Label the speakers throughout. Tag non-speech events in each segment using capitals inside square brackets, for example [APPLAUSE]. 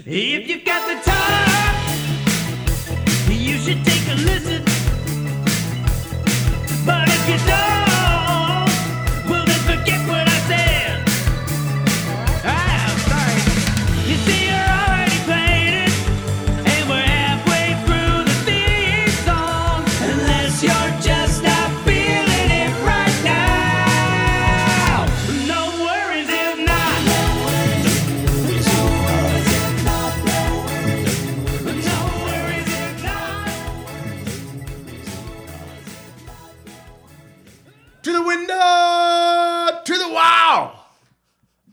Speaker 1: If you've got the time, you should take a listen. But if you don't, well then forget what I said. Ah, sorry. You see, you're already playing it, and we're halfway through the theme song. Unless you're just not feeling it right now. No worries if not. No worries if not.
Speaker 2: To the window, to the wow.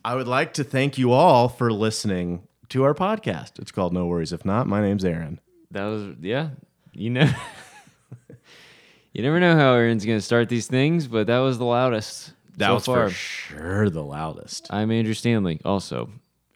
Speaker 2: I would like to thank you all for listening to our podcast. It's called No Worries If Not. My name's Aaron.
Speaker 3: That was yeah. You know, [LAUGHS] you never know how Aaron's gonna start these things, but that was the loudest.
Speaker 2: That
Speaker 3: so
Speaker 2: was
Speaker 3: far.
Speaker 2: for sure the loudest.
Speaker 3: I'm Andrew Stanley. Also,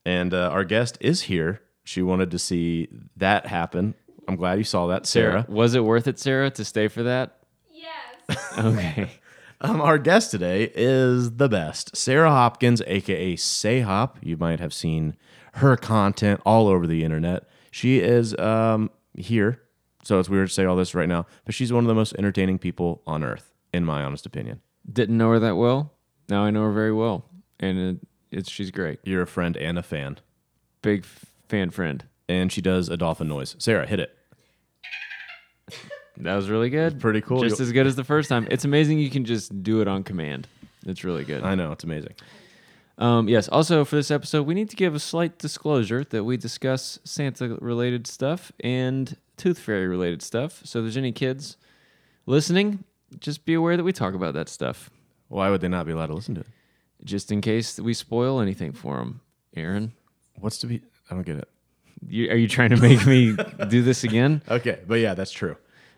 Speaker 2: And uh, our guest is here. She wanted to see that happen. I'm glad you saw that, Sarah.
Speaker 3: was it worth it, Sarah, to stay
Speaker 2: [LAUGHS]
Speaker 3: for that?
Speaker 4: [LAUGHS] Yes.
Speaker 3: Okay.
Speaker 2: Um, our guest today is the best, Sarah Hopkins, aka Say Hop. You might have seen her content all over the internet. She is um, here, so it's weird to say all this right now, but she's one of the most entertaining people on earth, in my honest opinion.
Speaker 3: Didn't know her that well. Now I know her very well, and it, it's she's great.
Speaker 2: You're a friend and a fan,
Speaker 3: Big f- fan friend.
Speaker 2: and she does a dolphin noise. Sarah, hit it.
Speaker 3: That was really good.
Speaker 2: pretty cool.
Speaker 3: Just as good as the first time. It's amazing you can just do it on command. It's really good.
Speaker 2: I know it's amazing.
Speaker 3: Um, yes. Also, for this episode, we need to give a slight disclosure that we discuss Santa-related stuff and Tooth Fairy-related stuff. So, if there's any kids listening, just be aware that we talk about that stuff,
Speaker 2: Why would they not be allowed to listen to it?
Speaker 3: just in case we spoil anything for them. Aaron,
Speaker 2: What's to be? I don't get it.
Speaker 3: you, are you trying to
Speaker 2: [LAUGHS]
Speaker 3: make me do this again?
Speaker 2: Okay, but yeah, that's true.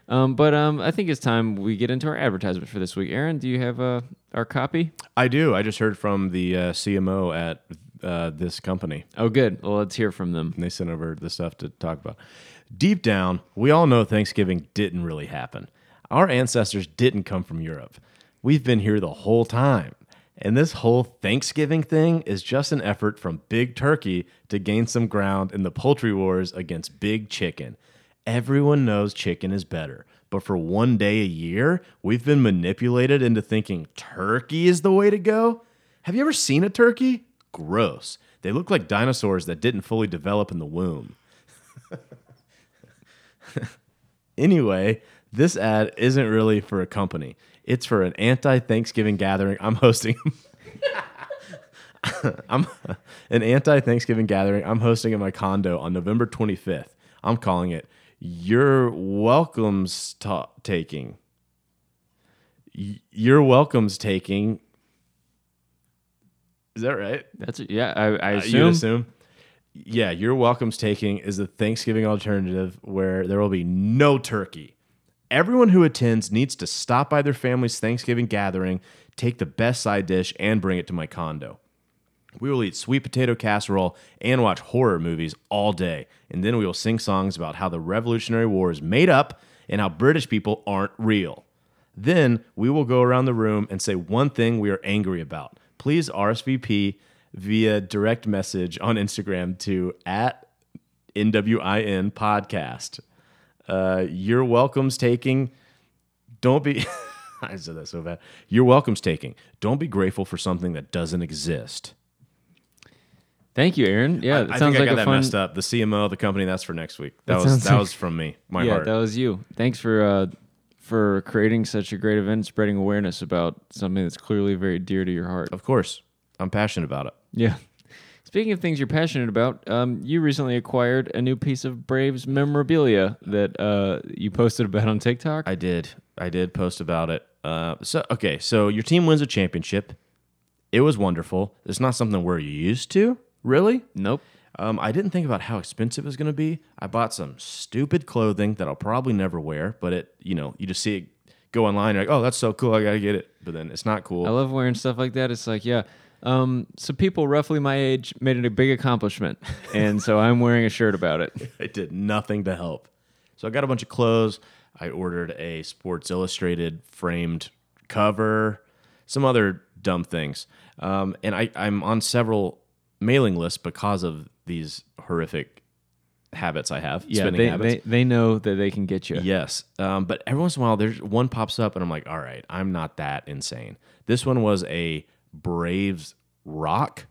Speaker 3: Um, but um, I think it's time we get into our advertisement for this week. Aaron, do you have uh, our copy?
Speaker 2: I do. I just heard from the uh, CMO at uh, this company.
Speaker 3: Oh, good. Well, let's hear from them.
Speaker 2: and they sent over the stuff to talk about. Deep down, we all know Thanksgiving didn't really happen. Our ancestors didn't come from Europe. We've been here the whole time. And this whole Thanksgiving thing is just an effort from Big Turkey to gain some ground in the poultry wars against Big Chicken. Everyone knows chicken is better, but for one day a year, we've been manipulated into thinking turkey is the way to go. Have you ever seen a turkey? Gross. They look like dinosaurs that didn't fully develop in the womb. [LAUGHS] anyway, this ad isn't really for a company. It's for an anti-Thanksgiving gathering I'm hosting. [LAUGHS] I'm an anti-Thanksgiving gathering I'm hosting in my condo on November 25th. I'm calling it Your Welcomes Ta- Taking. Y- Your Welcomes Taking. Is that right?
Speaker 3: That's it. Yeah, I, I
Speaker 2: Uh, You'd
Speaker 3: assume.
Speaker 2: assume. Yeah, your welcome's taking is the Thanksgiving alternative where there will be no turkey. Everyone who attends needs to stop by their family's Thanksgiving gathering, take the best side dish, and bring it to my condo. We will eat sweet potato casserole and watch horror movies all day. And then we will sing songs about how the Revolutionary War is made up and how British people aren't real. Then we will go around the room and say one thing we are angry about. Please RSVP via direct message on Instagram to at NWIN podcast. Uh, your welcome's taking. Don't be. [LAUGHS] I said that so bad. Your welcome's taking. Don't be grateful for something that doesn't exist.
Speaker 3: Thank you, Aaron. Yeah, it
Speaker 2: I
Speaker 3: sounds
Speaker 2: think I
Speaker 3: like
Speaker 2: got
Speaker 3: a
Speaker 2: that
Speaker 3: fun.
Speaker 2: messed up. The CMO of the company. That's for next week. That,
Speaker 3: That
Speaker 2: was
Speaker 3: sounds
Speaker 2: that
Speaker 3: like-
Speaker 2: was from me. My
Speaker 3: yeah,
Speaker 2: heart.
Speaker 3: that was you. Thanks for uh, for creating such a great event, spreading awareness about something that's clearly very dear to your heart.
Speaker 2: of course, I'm passionate about it.
Speaker 3: Yeah. Speaking of things you're passionate about, um, you recently acquired a new piece of Braves memorabilia that uh, you posted about on TikTok.
Speaker 2: I did. I did post about it. Uh, so okay, so your team wins a championship. It was wonderful. It's not something we're used to, really.
Speaker 3: nope.
Speaker 2: Um, I didn't think about how expensive it was going to be. I bought some stupid clothing that I'll probably never wear, but it, you know, you just see it go online. You're like, oh, that's so cool. I got to get it. But then it's not cool.
Speaker 3: I love wearing stuff like that. It's like, yeah. Um, so people roughly my age made it a big accomplishment, and so I'm wearing a shirt
Speaker 2: [LAUGHS]
Speaker 3: about it.
Speaker 2: I did nothing to help. So I got a bunch of clothes. I ordered a Sports Illustrated framed cover, some other dumb things. Um, and I, I'm on several mailing lists because of these horrific habits I have.
Speaker 3: Yeah,
Speaker 2: spending
Speaker 3: they,
Speaker 2: habits.
Speaker 3: they, they know that they can get you.
Speaker 2: Yes. Um, but every once in a while, there's one pops up, and I'm like, all right, I'm not that insane. This one was a Braves rock,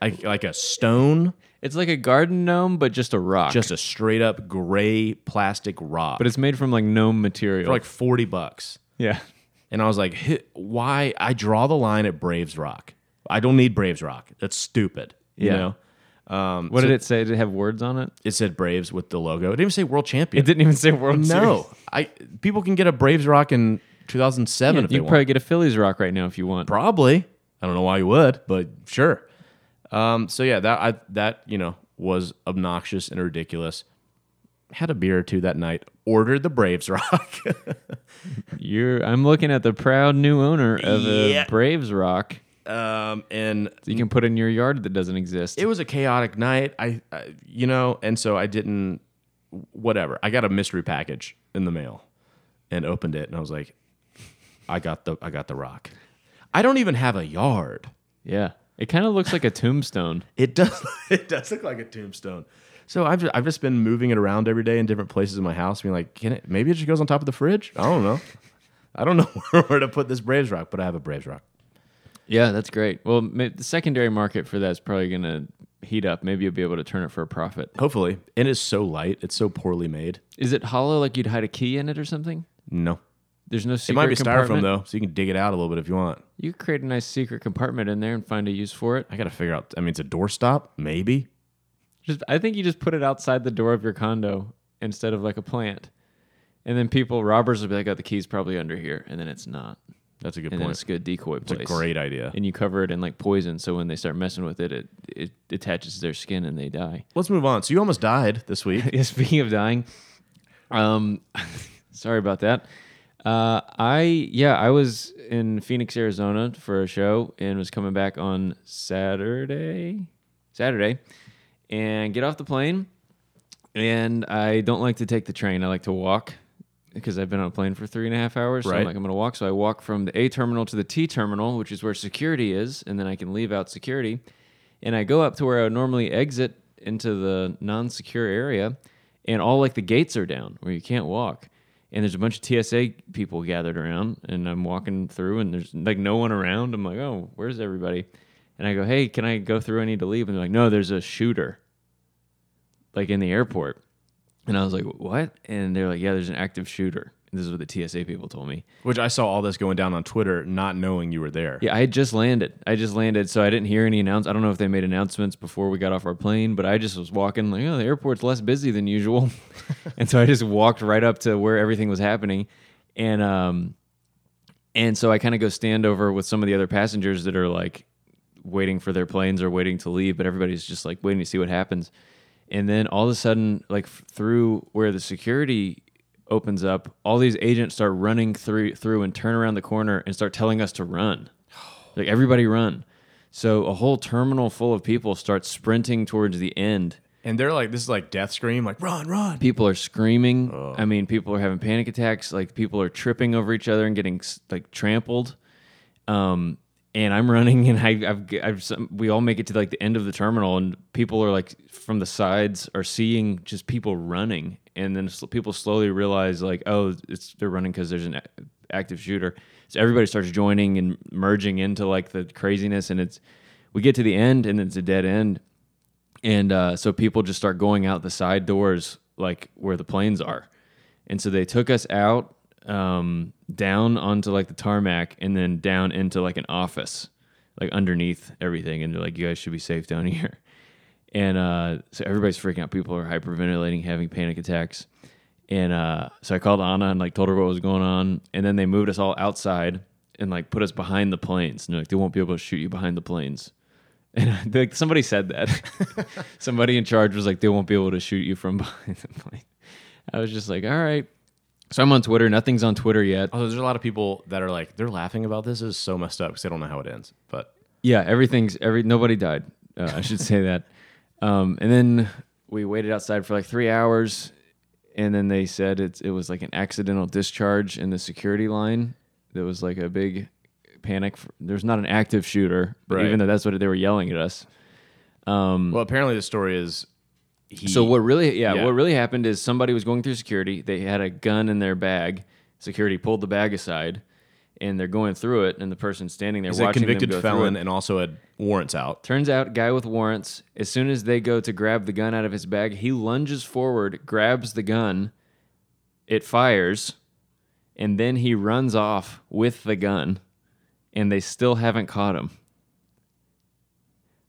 Speaker 2: like, like a stone,
Speaker 3: It's like a garden gnome, but just a rock.
Speaker 2: just a straight up gray plastic rock.
Speaker 3: but it's made from like gnome material.
Speaker 2: for like 40 bucks.
Speaker 3: yeah,
Speaker 2: And I was like, "Hi- why? I draw the line at Braves rock. I don't need Braves rock. That's stupid. You
Speaker 3: Yeah.
Speaker 2: know? Um,
Speaker 3: what did it say? Did it have words on it?
Speaker 2: It said Braves with the logo. It didn't even say world champion.
Speaker 3: It didn't even say World
Speaker 2: no. I people can get a Braves rock in 2007
Speaker 3: Series.
Speaker 2: if they
Speaker 3: you
Speaker 2: want.
Speaker 3: could probably get a Phillies rock right now if you want.
Speaker 2: Probably. I don't know why you would, but sure. Um, so yeah, that I that you know was obnoxious and ridiculous. Had a beer or two that night. Ordered the Braves [LAUGHS] rock.
Speaker 3: You're. I'm looking at the proud new owner of a
Speaker 2: Yeah.
Speaker 3: Braves rock.
Speaker 2: um, and
Speaker 3: that You can put in your yard that doesn't exist.
Speaker 2: it was a chaotic night. I, I you know, and so I didn't. Whatever. I got a mystery package in the mail, and opened it, and I was like, I got the I got the rock. I don't even have a yard.
Speaker 3: yeah, it kind of looks like a tombstone.
Speaker 2: It does. [LAUGHS] It does look like a tombstone. So I've just, I've just been moving it around every day in different places in my house, being like, can it? Maybe it just goes on top of the fridge. I don't know. I don't know [LAUGHS] where to put this Braves rock, but I have a Braves rock.
Speaker 3: Yeah, that's great. Well, ma- the secondary market for that is probably going to heat up. Maybe you'll be able to turn it for a profit.
Speaker 2: Hopefully, it is so light. It's so poorly made.
Speaker 3: Is it hollow like you'd hide a key in it or something?
Speaker 2: No,
Speaker 3: There's no secret
Speaker 2: it might be styrofoam
Speaker 3: compartment?
Speaker 2: though, so you can dig it out a little bit if you want.
Speaker 3: You could create a nice secret compartment in there and find a use for it.
Speaker 2: I gotta figure out. I mean, it's a doorstop, maybe.
Speaker 3: Just I think you just put it outside the door of your condo instead of like a plant. And then people robbers will be like, "Oh, the key's probably under here," and then it's not.
Speaker 2: That's a good
Speaker 3: And then it's
Speaker 2: point.
Speaker 3: a good decoy
Speaker 2: It's
Speaker 3: place.
Speaker 2: a great idea.
Speaker 3: And you cover it in like poison, so when they start messing with it, it it attaches to their skin and they die. [LAUGHS]
Speaker 2: Let's move on. So you almost died this week.
Speaker 3: yeah, speaking of dying, um, [LAUGHS] sorry about that. Uh, I yeah, I was in Phoenix, Arizona for a show and was coming back on Saturday, Saturday, and get off the plane. And I don't like to take the train. I like to walk because I've been on a plane for three and a half hours. So
Speaker 2: Right.
Speaker 3: I'm like, I'm going to walk. So I walk from the A terminal to the T terminal, which is where security is, and then I can leave out security. And I go up to where I would normally exit into the non secure area, and all like the gates are down where you can't walk. And there's a bunch of TSA people gathered around, and I'm walking through, and there's like no one around. I'm like, oh, where's everybody? And I go, hey, can I go through? I need to leave. And they're like, no, there's a shooter like in the airport. And I was like, what? And they're like, yeah, there's an active shooter. And this is what the TSA people told me.
Speaker 2: Which I saw all this going down on Twitter, not knowing you were there.
Speaker 3: Yeah, I had just landed. I just landed, so I didn't hear any announce. I don't know if they made announcements before we got off our plane, but I just was walking like, oh, the airport's less busy than usual, and so I just walked right up to where everything was happening, and um, and so I kind of go stand over with some of the other passengers that are like waiting for their planes or waiting to leave, but everybody's just like waiting to see what happens, and then all of a sudden, like f- through where the security opens up, all these agents start running through through and turn around the corner and start telling us to run. Like everybody run. So a whole terminal full of people start sprinting towards the end.
Speaker 2: And they're like, this is like death scream, like run, run.
Speaker 3: People are screaming. I mean, people are having panic attacks. Like people are tripping over each other and getting s- like trampled. Um, and I'm running, and I, I've, g- I've, some, we all make it to like the end of the terminal, and people are like from the sides are seeing just people running, and then sl- people slowly realize like, oh, it's they're running because there's an a- active shooter. So everybody starts joining and merging into like the craziness, and it's we get to the end, and it's a dead end, and uh, so people just start going out the side doors, like where the planes are. And so they took us out um, down onto like the tarmac and then down into like an office, like underneath everything. And they're like, you guys should be safe down [LAUGHS] here. And uh, so everybody's freaking out. People are hyperventilating, having panic attacks. And uh, so I called Anna and like told her what was going on. And then they moved us all outside and like put us behind the planes. And they're like, they won't be able to shoot you behind the planes. [LAUGHS] And like somebody said that. [LAUGHS] somebody in charge was like, they won't be able to shoot you from [LAUGHS] behind the plane. I was just like, all right. So I'm on Twitter. Nothing's on Twitter yet.
Speaker 2: Also, there's a lot of people that are like, they're laughing about this. This is so messed up because they don't know how it ends. But
Speaker 3: Yeah, everything's every nobody died. Uh, I should say that. Um, and then we waited outside for like three hours, and then they said it it was like an accidental discharge in the security line. There was like a big panic. There's not an active shooter, but
Speaker 2: Right.
Speaker 3: even though that's what they were yelling at us.
Speaker 2: well, apparently the story is he.
Speaker 3: Hmm. So what really, yeah,
Speaker 2: Yeah.
Speaker 3: what really happened is somebody was going through security. They had a gun in their bag. Security pulled the bag aside, and they're going through it. And the person standing there
Speaker 2: He's a
Speaker 3: watching
Speaker 2: convicted
Speaker 3: them go through
Speaker 2: felon
Speaker 3: it.
Speaker 2: and also had warrants out.
Speaker 3: Turns out, guy with warrants. As soon as they go to grab the gun out of his bag, he lunges forward, grabs the gun, it fires, and then he runs off with the gun, and they still haven't caught him.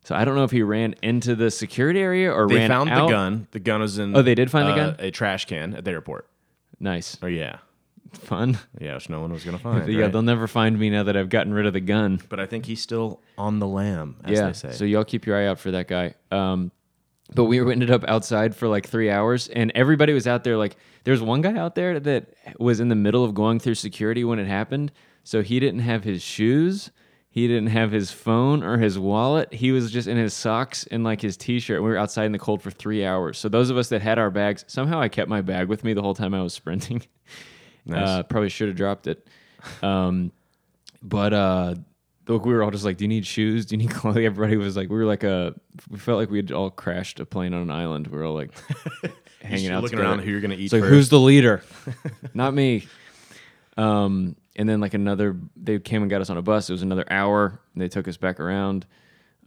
Speaker 3: So I don't know if he ran into the security area or
Speaker 2: They
Speaker 3: ran
Speaker 2: found
Speaker 3: out.
Speaker 2: the gun. The gun was in.
Speaker 3: Oh, they did find the
Speaker 2: uh,
Speaker 3: gun?
Speaker 2: A trash can at the airport.
Speaker 3: Nice,
Speaker 2: Oh yeah,
Speaker 3: fun.
Speaker 2: yeah, which no one was gonna find.
Speaker 3: [LAUGHS] Yeah,
Speaker 2: right?
Speaker 3: they'll never find me now that I've gotten rid of the gun.
Speaker 2: But I think he's still on the lam, as
Speaker 3: yeah.
Speaker 2: they say.
Speaker 3: So y'all keep your eye out for that guy. Um, but we [LAUGHS] ended up outside for like three hours, and everybody was out there. Like, there was one guy out there that was in the middle of going through security when it happened. So he didn't have his shoes, he didn't have his phone or his wallet. He was just in his socks and like his t-shirt. We were outside in the cold for three hours. So those of us that had our bags, somehow I kept my bag with me the whole time I was sprinting. Uh, probably should have dropped it. Um, but uh, look, we were all just like, "Do you need shoes? Do you need [LAUGHS] clothes?" Everybody was like, "We were like a, we felt like we had all crashed a plane on an island. We were all like [LAUGHS] hanging
Speaker 2: You're
Speaker 3: out,
Speaker 2: looking
Speaker 3: together.
Speaker 2: around who you're gonna eat
Speaker 3: It's like,
Speaker 2: first.
Speaker 3: who's the leader? [LAUGHS] Not me. Um, and then like another, they came and got us on a bus. It was another hour. And they took us back around,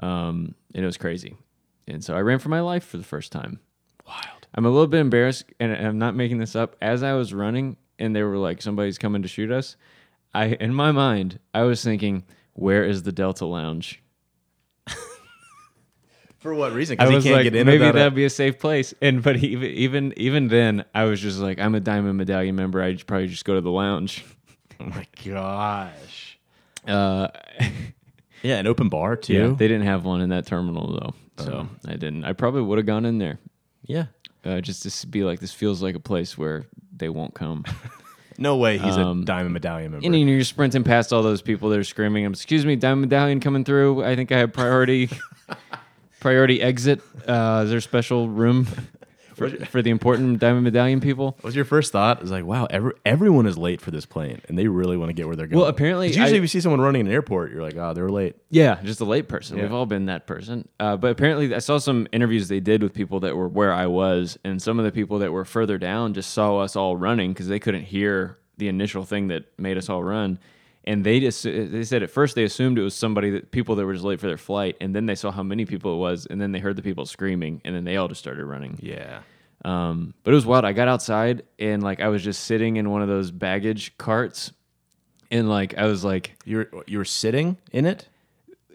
Speaker 3: um, and it was crazy. And so I ran for my life for the first time.
Speaker 2: Wild.
Speaker 3: I'm a little bit embarrassed, and I'm not making this up. As I was running, and they were like, "Somebody's coming to shoot us," I, in my mind, I was thinking, "Where is the Delta Lounge?"
Speaker 2: For what reason?
Speaker 3: I
Speaker 2: Because he
Speaker 3: was
Speaker 2: can't
Speaker 3: like,
Speaker 2: get in.
Speaker 3: maybe
Speaker 2: without a-
Speaker 3: that'd be a safe place. And but even even even then, I was just like, I'm a Diamond Medallion member. I would probably just go to the lounge.
Speaker 2: Oh my gosh.
Speaker 3: Uh,
Speaker 2: [LAUGHS] Yeah, Oh. an open bar too.
Speaker 3: yeah, they didn't have one in that terminal though, so I didn't. I probably would have gone in there
Speaker 2: Yeah.
Speaker 3: uh, just to s- be like, this feels like a place where they won't
Speaker 2: [LAUGHS]
Speaker 3: come.
Speaker 2: No way. He's
Speaker 3: Um,
Speaker 2: a diamond medallion member.
Speaker 3: And you know, you're sprinting past all those people that are screaming, "Excuse me, Diamond Medallion coming through. I think I
Speaker 2: [LAUGHS]
Speaker 3: have priority, priority exit. Uh, is there a
Speaker 2: [LAUGHS]
Speaker 3: special room for, for the important Diamond Medallion people?"
Speaker 2: What was your first thought? It was like, wow, every, everyone is late for this plane, and they really want to get where they're going.
Speaker 3: Well, apparently
Speaker 2: 'Cause usually
Speaker 3: I-
Speaker 2: we see someone running an airport, you're like, oh, they're late.
Speaker 3: Yeah, just a late person. We've
Speaker 2: Yeah.
Speaker 3: all been that person. Uh, but apparently, I saw some interviews they did with people that were where I was, and some of the people that were further down just saw us all running because they couldn't hear the initial thing that made us all run. And they just uh, they said at first they assumed it was somebody that people that were just late for their flight, and then they saw how many people it was, and then they heard the people screaming, and then they all just started running.
Speaker 2: Yeah.
Speaker 3: Um, but it was wild. I got outside and like I was just sitting in one of those baggage carts, and like I was like.
Speaker 2: You were, you were sitting in it?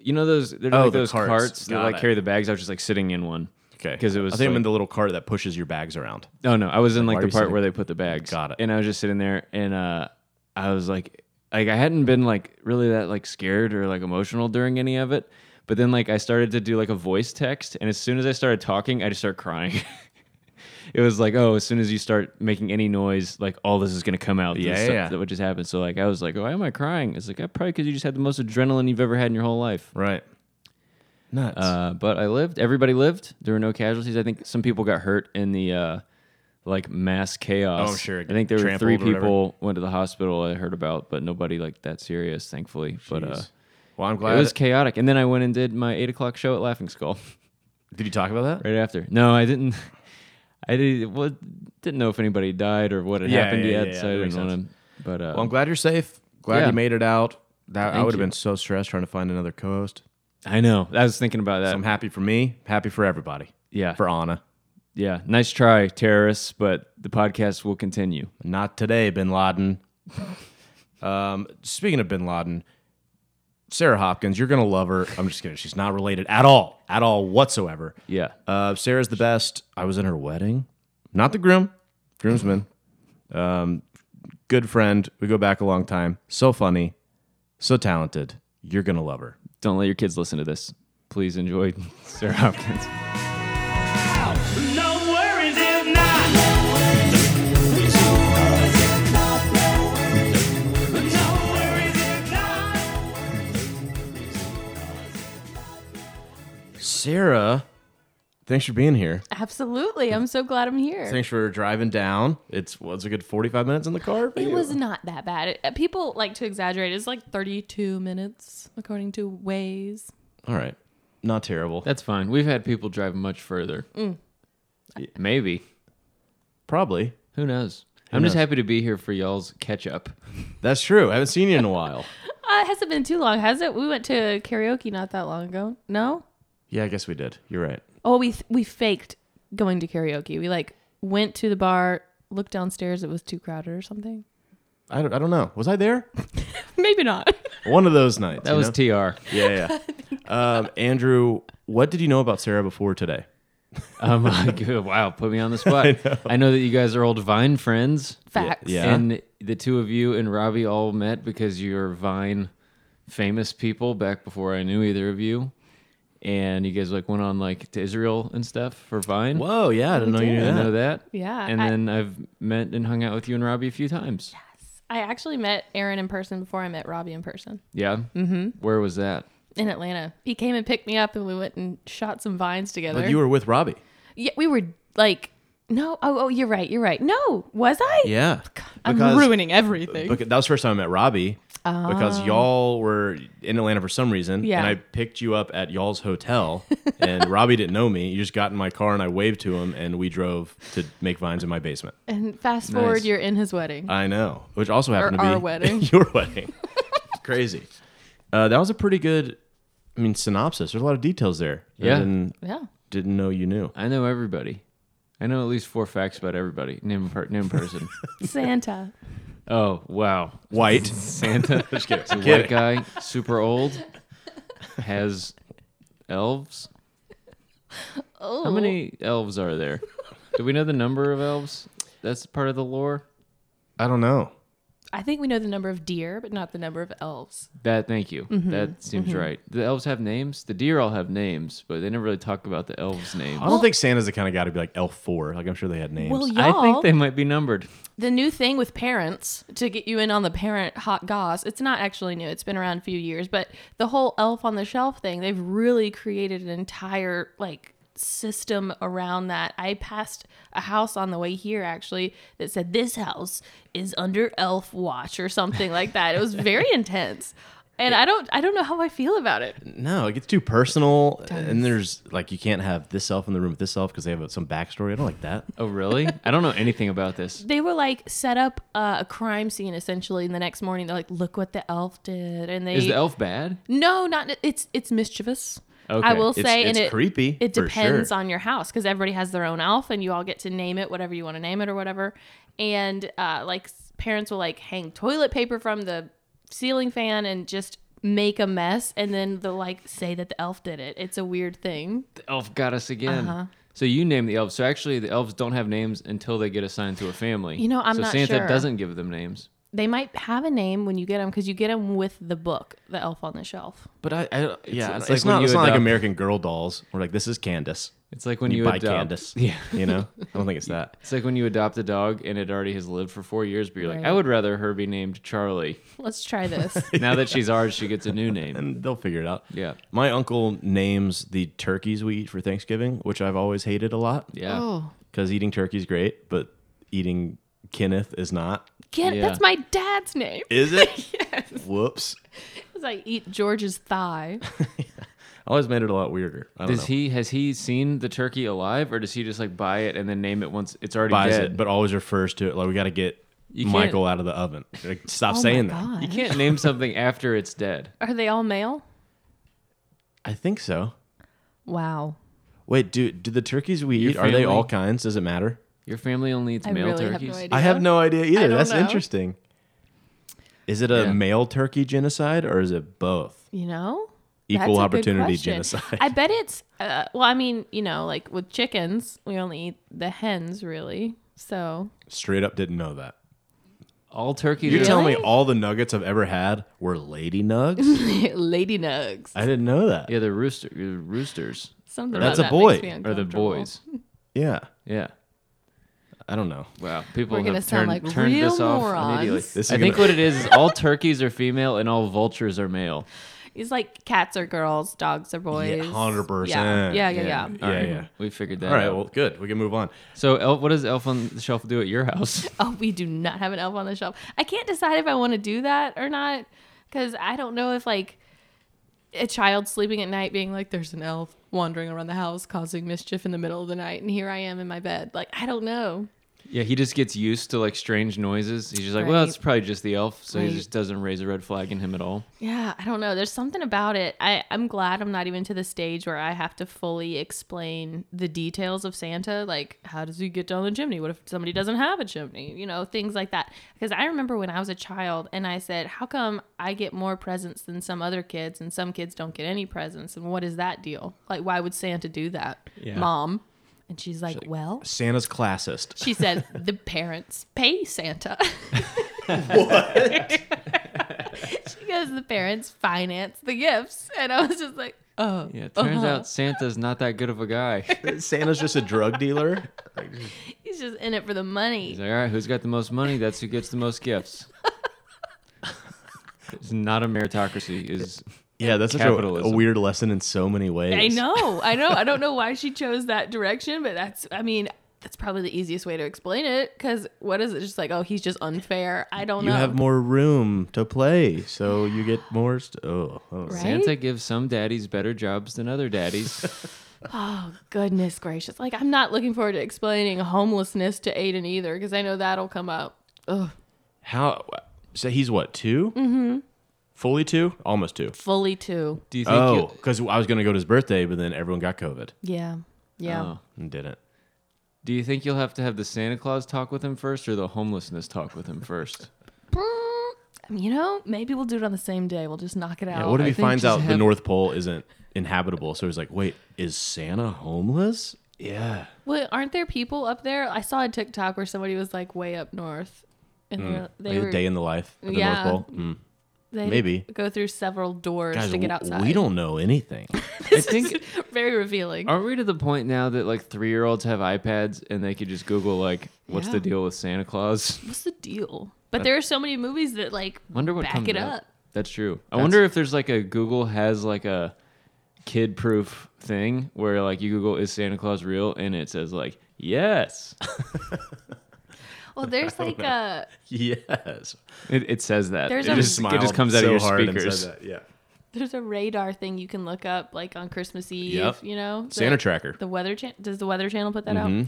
Speaker 3: You know those they're
Speaker 2: Oh,
Speaker 3: like
Speaker 2: the
Speaker 3: those carts,
Speaker 2: carts.
Speaker 3: that
Speaker 2: Got
Speaker 3: like
Speaker 2: it.
Speaker 3: carry the bags. I was just like sitting in one.
Speaker 2: Okay.
Speaker 3: Because it was
Speaker 2: I think I'm
Speaker 3: like-
Speaker 2: in the little cart that pushes your bags around.
Speaker 3: No, no, I was in like
Speaker 2: why
Speaker 3: the
Speaker 2: are you
Speaker 3: part
Speaker 2: sitting-
Speaker 3: where they put the bags.
Speaker 2: Got it.
Speaker 3: And I was just sitting there, and uh, I was like, like I hadn't been like really that like scared or like emotional during any of it. But then like I started to do like a voice text, and as soon as I started talking, I just started crying. [LAUGHS] it was like, oh, as soon as you start making any noise, like all this is gonna come out. the
Speaker 2: Yeah, yeah,
Speaker 3: stuff
Speaker 2: yeah.
Speaker 3: That would just happen. So like I was like, why am I crying? It's like I probably because you just had the most adrenaline you've ever had in your whole life.
Speaker 2: Right. Nuts.
Speaker 3: Uh, but I lived. Everybody lived. There were no casualties. I think some people got hurt in the uh, like mass chaos.
Speaker 2: Oh, sure.
Speaker 3: I think there were
Speaker 2: Trampled
Speaker 3: three
Speaker 2: or whatever.
Speaker 3: people went to the hospital. I heard about, but nobody like that serious, thankfully. But uh,
Speaker 2: Jeez. well, I'm
Speaker 3: it
Speaker 2: glad.
Speaker 3: was chaotic. And then I went and did my eight o'clock show at Laughing Skull [LAUGHS]
Speaker 2: did you talk about that?
Speaker 3: right after. No, I didn't. [LAUGHS] I did, well, didn't know if anybody died or what had
Speaker 2: Yeah,
Speaker 3: happened
Speaker 2: yeah,
Speaker 3: yet,
Speaker 2: yeah, yeah,
Speaker 3: so I
Speaker 2: that makes
Speaker 3: didn't want to. But uh,
Speaker 2: Well, I'm glad you're safe. Glad
Speaker 3: Yeah.
Speaker 2: you made it out. That I
Speaker 3: Thank
Speaker 2: would have
Speaker 3: you.
Speaker 2: been so stressed trying to find another co-host.
Speaker 3: I know. I was thinking about that.
Speaker 2: I'm happy for me. Happy for everybody.
Speaker 3: Yeah.
Speaker 2: For Anna.
Speaker 3: yeah, nice try, terrorists. But the podcast will continue.
Speaker 2: Not today, Bin [LAUGHS] Laden. um, speaking of Bin Laden, Sarah Hopkins, you're gonna love her. I'm just kidding. She's not related at all, at all whatsoever.
Speaker 3: Yeah.
Speaker 2: Uh, Sarah's the best. I was in her wedding, not the groom, groomsman. Um, good friend. We go back a long time. So funny, so talented. You're gonna love her.
Speaker 3: don't let your kids listen to this. Please enjoy [LAUGHS] Sarah Hopkins.
Speaker 1: No worries if not. No worries if not.
Speaker 2: Sarah, thanks for being here.
Speaker 4: Absolutely. I'm so glad I'm here.
Speaker 2: Thanks for driving down. It's was a good 45 minutes in the car. for
Speaker 4: it
Speaker 2: you?
Speaker 4: was not that bad. It- uh, people like to exaggerate. It's like 32 minutes, according to Waze.
Speaker 2: all right. not terrible.
Speaker 3: That's fine. We've had people drive much further. Maybe.
Speaker 2: Probably.
Speaker 3: Who knows? I'm just
Speaker 2: knows?
Speaker 3: happy to be here for y'all's catch up.
Speaker 2: That's true. I haven't seen you in a [LAUGHS] while.
Speaker 4: Uh, it hasn't been too long, has it? We went to karaoke not that long ago. No.
Speaker 2: Yeah, I guess we did. You're right.
Speaker 4: Oh, we we faked going to karaoke. We like went to the bar, looked downstairs. It was too crowded or something. [LAUGHS]
Speaker 2: I don't, I don't know. Was I there?
Speaker 4: Maybe not.
Speaker 2: One of those nights.
Speaker 3: That
Speaker 2: you
Speaker 3: was
Speaker 2: know?
Speaker 3: TR.
Speaker 2: Yeah, [LAUGHS] yeah. um, Andrew, what did you know about Sarah before today?
Speaker 3: [LAUGHS] Um, wow, put me on the spot. [LAUGHS] I know. that you guys are old Vine friends.
Speaker 4: [LAUGHS] Facts.
Speaker 2: yeah.
Speaker 3: And the two of you and Robbie all met because you're Vine famous people back before I knew either of you. And you guys like went on like to Israel and stuff for Vine.
Speaker 2: Whoa, yeah, I didn't know you knew
Speaker 3: I know
Speaker 2: that.
Speaker 3: that.
Speaker 4: Yeah,
Speaker 3: And
Speaker 4: I-
Speaker 3: then I've met and hung out with you and Robbie a few times.
Speaker 4: I actually met Aaron in person before I met Robbie in person
Speaker 3: Yeah. Mm-hmm. Where was that?
Speaker 4: in Atlanta. He came and picked me up, and we went and shot some vines together.
Speaker 2: But you were with Robbie.
Speaker 4: yeah, we were like, no, oh, oh, you're right, you're right. No, was I?
Speaker 2: Yeah.
Speaker 4: I'm ruining everything.
Speaker 2: Because that was the first time I met Robbie. Because y'all were in Atlanta for some reason,
Speaker 4: Ah. Yeah.
Speaker 2: and I picked you up at y'all's hotel, and
Speaker 4: [LAUGHS]
Speaker 2: Robbie didn't know me. You just got in my car, and I waved to him, and we drove to make vines in my basement.
Speaker 4: and fast forward,
Speaker 3: Nice. Uh,
Speaker 4: you're in his wedding.
Speaker 2: I know, which also happened to be [LAUGHS]
Speaker 4: our wedding.
Speaker 2: your wedding. [LAUGHS] It's crazy. Uh, that was a pretty good, I mean, synopsis. There's a lot of details there. that
Speaker 3: Yeah.
Speaker 2: I didn't,
Speaker 4: yeah.
Speaker 2: didn't know you knew.
Speaker 3: I know everybody. I know at least four facts about everybody. Name per-
Speaker 2: [LAUGHS]
Speaker 3: name person.
Speaker 4: [LAUGHS] Santa.
Speaker 3: oh wow,
Speaker 2: White.
Speaker 3: Santa.
Speaker 2: [LAUGHS] just kidding.
Speaker 3: It's a
Speaker 2: Kidding.
Speaker 3: white guy, super old, has elves.
Speaker 4: Oh,
Speaker 3: How many elves are there? Do we know the number of elves? That's part of the lore.
Speaker 2: I don't know.
Speaker 4: I think we know the number of deer, but not the number of elves.
Speaker 3: That thank you.
Speaker 2: Mm-hmm.
Speaker 3: That seems right. The elves have names. The deer all have names, but they never really talk about the elves' names.
Speaker 2: I don't think Santa's the kind of guy to be like elf four. Like I'm sure they had names.
Speaker 4: Well,
Speaker 3: I
Speaker 4: y'all,
Speaker 3: think they might be numbered.
Speaker 4: the new thing with parents to get you in on the parent hot goss, it's not actually new. It's been around a few years, but the whole elf on the shelf thing, they've really created an entire like system around that. I passed a house on the way here actually that said this house is under elf watch or something like that. It was very intense. And I don't I don't know how I feel about it.
Speaker 2: no, it gets too personal, and there's like you can't have this elf in the room with this elf because they have some backstory. I don't like that.
Speaker 3: Oh really? I don't know anything about this.
Speaker 4: they were like set up uh, a crime scene essentially and the next morning they're like look what the elf did and they
Speaker 3: Is the elf bad?
Speaker 4: no not it's it's mischievous i
Speaker 3: Okay.
Speaker 4: will
Speaker 2: It's-
Speaker 4: say and
Speaker 2: it's
Speaker 4: it
Speaker 2: creepy,
Speaker 4: it
Speaker 2: for
Speaker 4: depends
Speaker 2: sure.
Speaker 4: on your house because everybody has their own elf and you all get to name it whatever you want to name it or whatever and uh, like s- parents will like hang toilet paper from the ceiling fan and just make a mess and then they'll like say that the elf did it it's a weird thing
Speaker 3: elf got us again.
Speaker 4: Uh-huh.
Speaker 3: So you name the elves. So actually, the elves don't have names until they get assigned to a family.
Speaker 4: You know, I'm
Speaker 3: so
Speaker 4: not
Speaker 3: Santa
Speaker 4: sure.
Speaker 3: doesn't give them names.
Speaker 4: they might have a name when you get them because you get them with the book the elf on the shelf
Speaker 3: But I, I don't- yeah,
Speaker 2: it's,
Speaker 3: it's,
Speaker 2: it's
Speaker 3: like
Speaker 2: not,
Speaker 3: when you
Speaker 2: it's not like
Speaker 3: adopt-
Speaker 2: American Girl dolls. We're like, this is Candace.
Speaker 3: It's like when
Speaker 2: You,
Speaker 3: you,
Speaker 2: buy
Speaker 3: adopt.
Speaker 2: Candace.
Speaker 3: [LAUGHS] Yeah,
Speaker 2: you know. I don't think it's
Speaker 3: [LAUGHS]
Speaker 2: that.
Speaker 3: it's like when you adopt a dog and it already has lived for four years, but you're like,
Speaker 4: Right.
Speaker 3: I would rather her be named Charlie.
Speaker 4: let's
Speaker 2: [LAUGHS]
Speaker 4: try this
Speaker 3: Now that she's ours, she gets a new name.
Speaker 2: And they'll figure it out.
Speaker 3: Yeah.
Speaker 2: My uncle names the turkeys we eat for Thanksgiving, which I've always hated a lot
Speaker 3: Yeah.
Speaker 4: Oh,
Speaker 2: because eating turkey's great, but eating Kenneth is not.
Speaker 4: Ken,
Speaker 3: Yeah.
Speaker 4: that's my dad's name.
Speaker 2: Is it?
Speaker 4: [LAUGHS]
Speaker 2: Whoops.
Speaker 4: Because I eat George's thigh.
Speaker 2: I always made it a lot weirder. I don't
Speaker 3: Does
Speaker 2: know.
Speaker 3: he has he seen the turkey alive, or does he just like buy it and then name it once it's already
Speaker 2: buys
Speaker 3: dead?
Speaker 2: it, but always refers to it like we got to get
Speaker 3: You can't-
Speaker 2: Michael out of the oven. Like,
Speaker 4: Oh
Speaker 2: stop saying that.
Speaker 3: you can't name something after it's dead.
Speaker 4: Are they all male?
Speaker 2: I think so.
Speaker 4: Wow.
Speaker 2: Wait, do do the turkeys we
Speaker 3: Your
Speaker 2: eat are they all
Speaker 3: family-
Speaker 2: kinds? Does it matter?
Speaker 3: Your family only eats
Speaker 4: I
Speaker 3: male
Speaker 4: really have
Speaker 3: turkeys.
Speaker 4: no idea.
Speaker 2: I have no idea either.
Speaker 4: don't
Speaker 2: That's
Speaker 4: know.
Speaker 2: interesting. Is it a
Speaker 3: Yeah.
Speaker 2: male turkey genocide or is it both?
Speaker 4: You know?
Speaker 2: Equal
Speaker 4: That's a good
Speaker 2: opportunity
Speaker 4: question.
Speaker 2: genocide.
Speaker 4: I bet it's, uh, well, I mean, you know, like with chickens, we only eat the hens, really. So,
Speaker 2: [LAUGHS] Straight up didn't know that.
Speaker 3: All turkeys.
Speaker 2: You're
Speaker 3: are-
Speaker 2: telling me all the nuggets I've ever had were lady
Speaker 4: [LAUGHS]
Speaker 2: nugs?
Speaker 4: [LAUGHS] lady nugs.
Speaker 2: I didn't know that. Yeah.
Speaker 3: Yeah, the rooster, the roosters
Speaker 4: Something
Speaker 2: That's
Speaker 4: about
Speaker 2: a
Speaker 4: that makes
Speaker 2: boy.
Speaker 4: me
Speaker 3: are the
Speaker 4: uncomfortable.
Speaker 3: boys. Yeah.
Speaker 2: I don't know.
Speaker 3: Wow. People
Speaker 4: We're gonna
Speaker 3: have
Speaker 4: sound
Speaker 3: turned,
Speaker 4: like
Speaker 3: turned
Speaker 4: real
Speaker 3: this off immediately.
Speaker 4: morons.
Speaker 2: This is
Speaker 3: I think
Speaker 2: gonna-
Speaker 3: what it is is all turkeys are female and all vultures are male.
Speaker 4: It's like cats are girls, dogs are boys.
Speaker 2: 100%.
Speaker 4: Yeah, yeah, yeah. yeah.
Speaker 2: Yeah,
Speaker 3: All right,
Speaker 2: yeah.
Speaker 3: We figured that
Speaker 2: All right,
Speaker 3: out.
Speaker 2: well, good. We can move on.
Speaker 3: so, Elf, what does Elf on the Shelf do at your house? [LAUGHS]
Speaker 4: [LAUGHS] Oh, we do not have an elf on the shelf. I can't decide if I want to do that or not because I don't know if like a child sleeping at night being like, there's an elf wandering around the house causing mischief in the middle of the night, and here I am in my bed. Like, I don't know.
Speaker 3: Yeah, he just gets used to like strange noises. He's just like, well,
Speaker 4: Right.
Speaker 3: it's probably just the elf, so
Speaker 4: Right.
Speaker 3: he just doesn't raise a red flag in him at all.
Speaker 4: Yeah, I don't know. There's something about it. I, I'm glad I'm not even to the stage where I have to fully explain the details of Santa. Like, how does he get down the chimney? What if somebody doesn't have a chimney? You know, things like that. Because I remember when I was a child and I said, How come I get more presents than some other kids and some kids don't get any presents? And what is that deal? Like, why would Santa do that, mom? And she's like, Well,
Speaker 2: Santa's classist.
Speaker 4: she said, the parents pay Santa. what? [LAUGHS] she goes, the parents finance the gifts. And I was just like, oh.
Speaker 3: Yeah, it turns out Santa's not that good of a guy.
Speaker 2: Santa's just a drug dealer.
Speaker 4: He's just in it for the money.
Speaker 3: He's like, all right, who's got the most money? That's who gets the most
Speaker 4: [LAUGHS]
Speaker 3: gifts. it's not a meritocracy. Is
Speaker 2: Yeah, that's such a, a
Speaker 3: Capitalism.
Speaker 2: weird lesson in so many ways.
Speaker 4: I know. I know. I don't know
Speaker 3: [LAUGHS]
Speaker 4: why she chose that direction, but that's, I mean, that's probably the easiest way to explain it. Because what is it? Just like, oh, he's just unfair. I don't
Speaker 2: You
Speaker 4: know.
Speaker 2: have more room to play, so you get more. St- oh, oh.
Speaker 4: Right?
Speaker 3: Santa gives some daddies better jobs than other daddies.
Speaker 4: Oh, goodness gracious. Like, I'm not looking forward to explaining homelessness to Aiden either, because I know that'll come up. Ugh.
Speaker 2: How? So he's what 2 Mm-hmm. Fully two, almost two.
Speaker 4: Fully too.
Speaker 3: Do you think?
Speaker 2: Oh,
Speaker 3: you-
Speaker 2: because I was gonna go to his birthday, but then everyone got COVID
Speaker 4: Yeah. Yeah.
Speaker 3: Oh.
Speaker 2: and didn't.
Speaker 3: Do you think you'll have to have the Santa Claus talk with him first, or the homelessness talk with him
Speaker 4: [LAUGHS]
Speaker 3: first?
Speaker 4: Mm, You know, maybe we'll do it on the same day. We'll just knock it out.
Speaker 2: Yeah, what if
Speaker 3: I
Speaker 2: he
Speaker 3: think
Speaker 2: finds
Speaker 3: just
Speaker 2: out the
Speaker 3: have-
Speaker 2: North Pole isn't inhabitable? So he's like, wait, is Santa homeless? Yeah.
Speaker 4: Wait, aren't there people up there? I saw a TikTok where somebody was like way up north, and they're- they
Speaker 2: Hmm. like
Speaker 4: were
Speaker 2: a day in the life at the
Speaker 4: Yeah.
Speaker 2: North Pole. Mm.
Speaker 4: they
Speaker 2: maybe.
Speaker 4: go through several doors
Speaker 2: Guys,
Speaker 4: to get
Speaker 2: w-
Speaker 4: outside. [LAUGHS]
Speaker 2: we don't know anything.
Speaker 3: I think.
Speaker 4: Very revealing.
Speaker 3: Aren't we to the point now that like three-year-olds have iPads and they could just Google like, what's
Speaker 4: Yeah.
Speaker 3: the deal with Santa Claus?
Speaker 4: What's the deal? But there are so many movies that like
Speaker 3: Wonder what
Speaker 4: back
Speaker 3: comes
Speaker 4: it
Speaker 3: up.
Speaker 4: up.
Speaker 3: That's true. I wonder if there's like a Google has like a kid-proof thing where like you Google is Santa Claus real and it says like [LAUGHS] yes.
Speaker 2: [LAUGHS]
Speaker 4: Well, there's like uh, a
Speaker 2: [LAUGHS] yes.
Speaker 3: It, it says that.
Speaker 4: There's
Speaker 3: it
Speaker 4: a-
Speaker 3: just, it just comes out of your speakers.
Speaker 2: Yeah.
Speaker 4: there's a radar thing you can look up like on Christmas Eve.
Speaker 2: Yep.
Speaker 4: You know, The-
Speaker 2: Santa tracker.
Speaker 4: The weather chan does the weather channel put that out?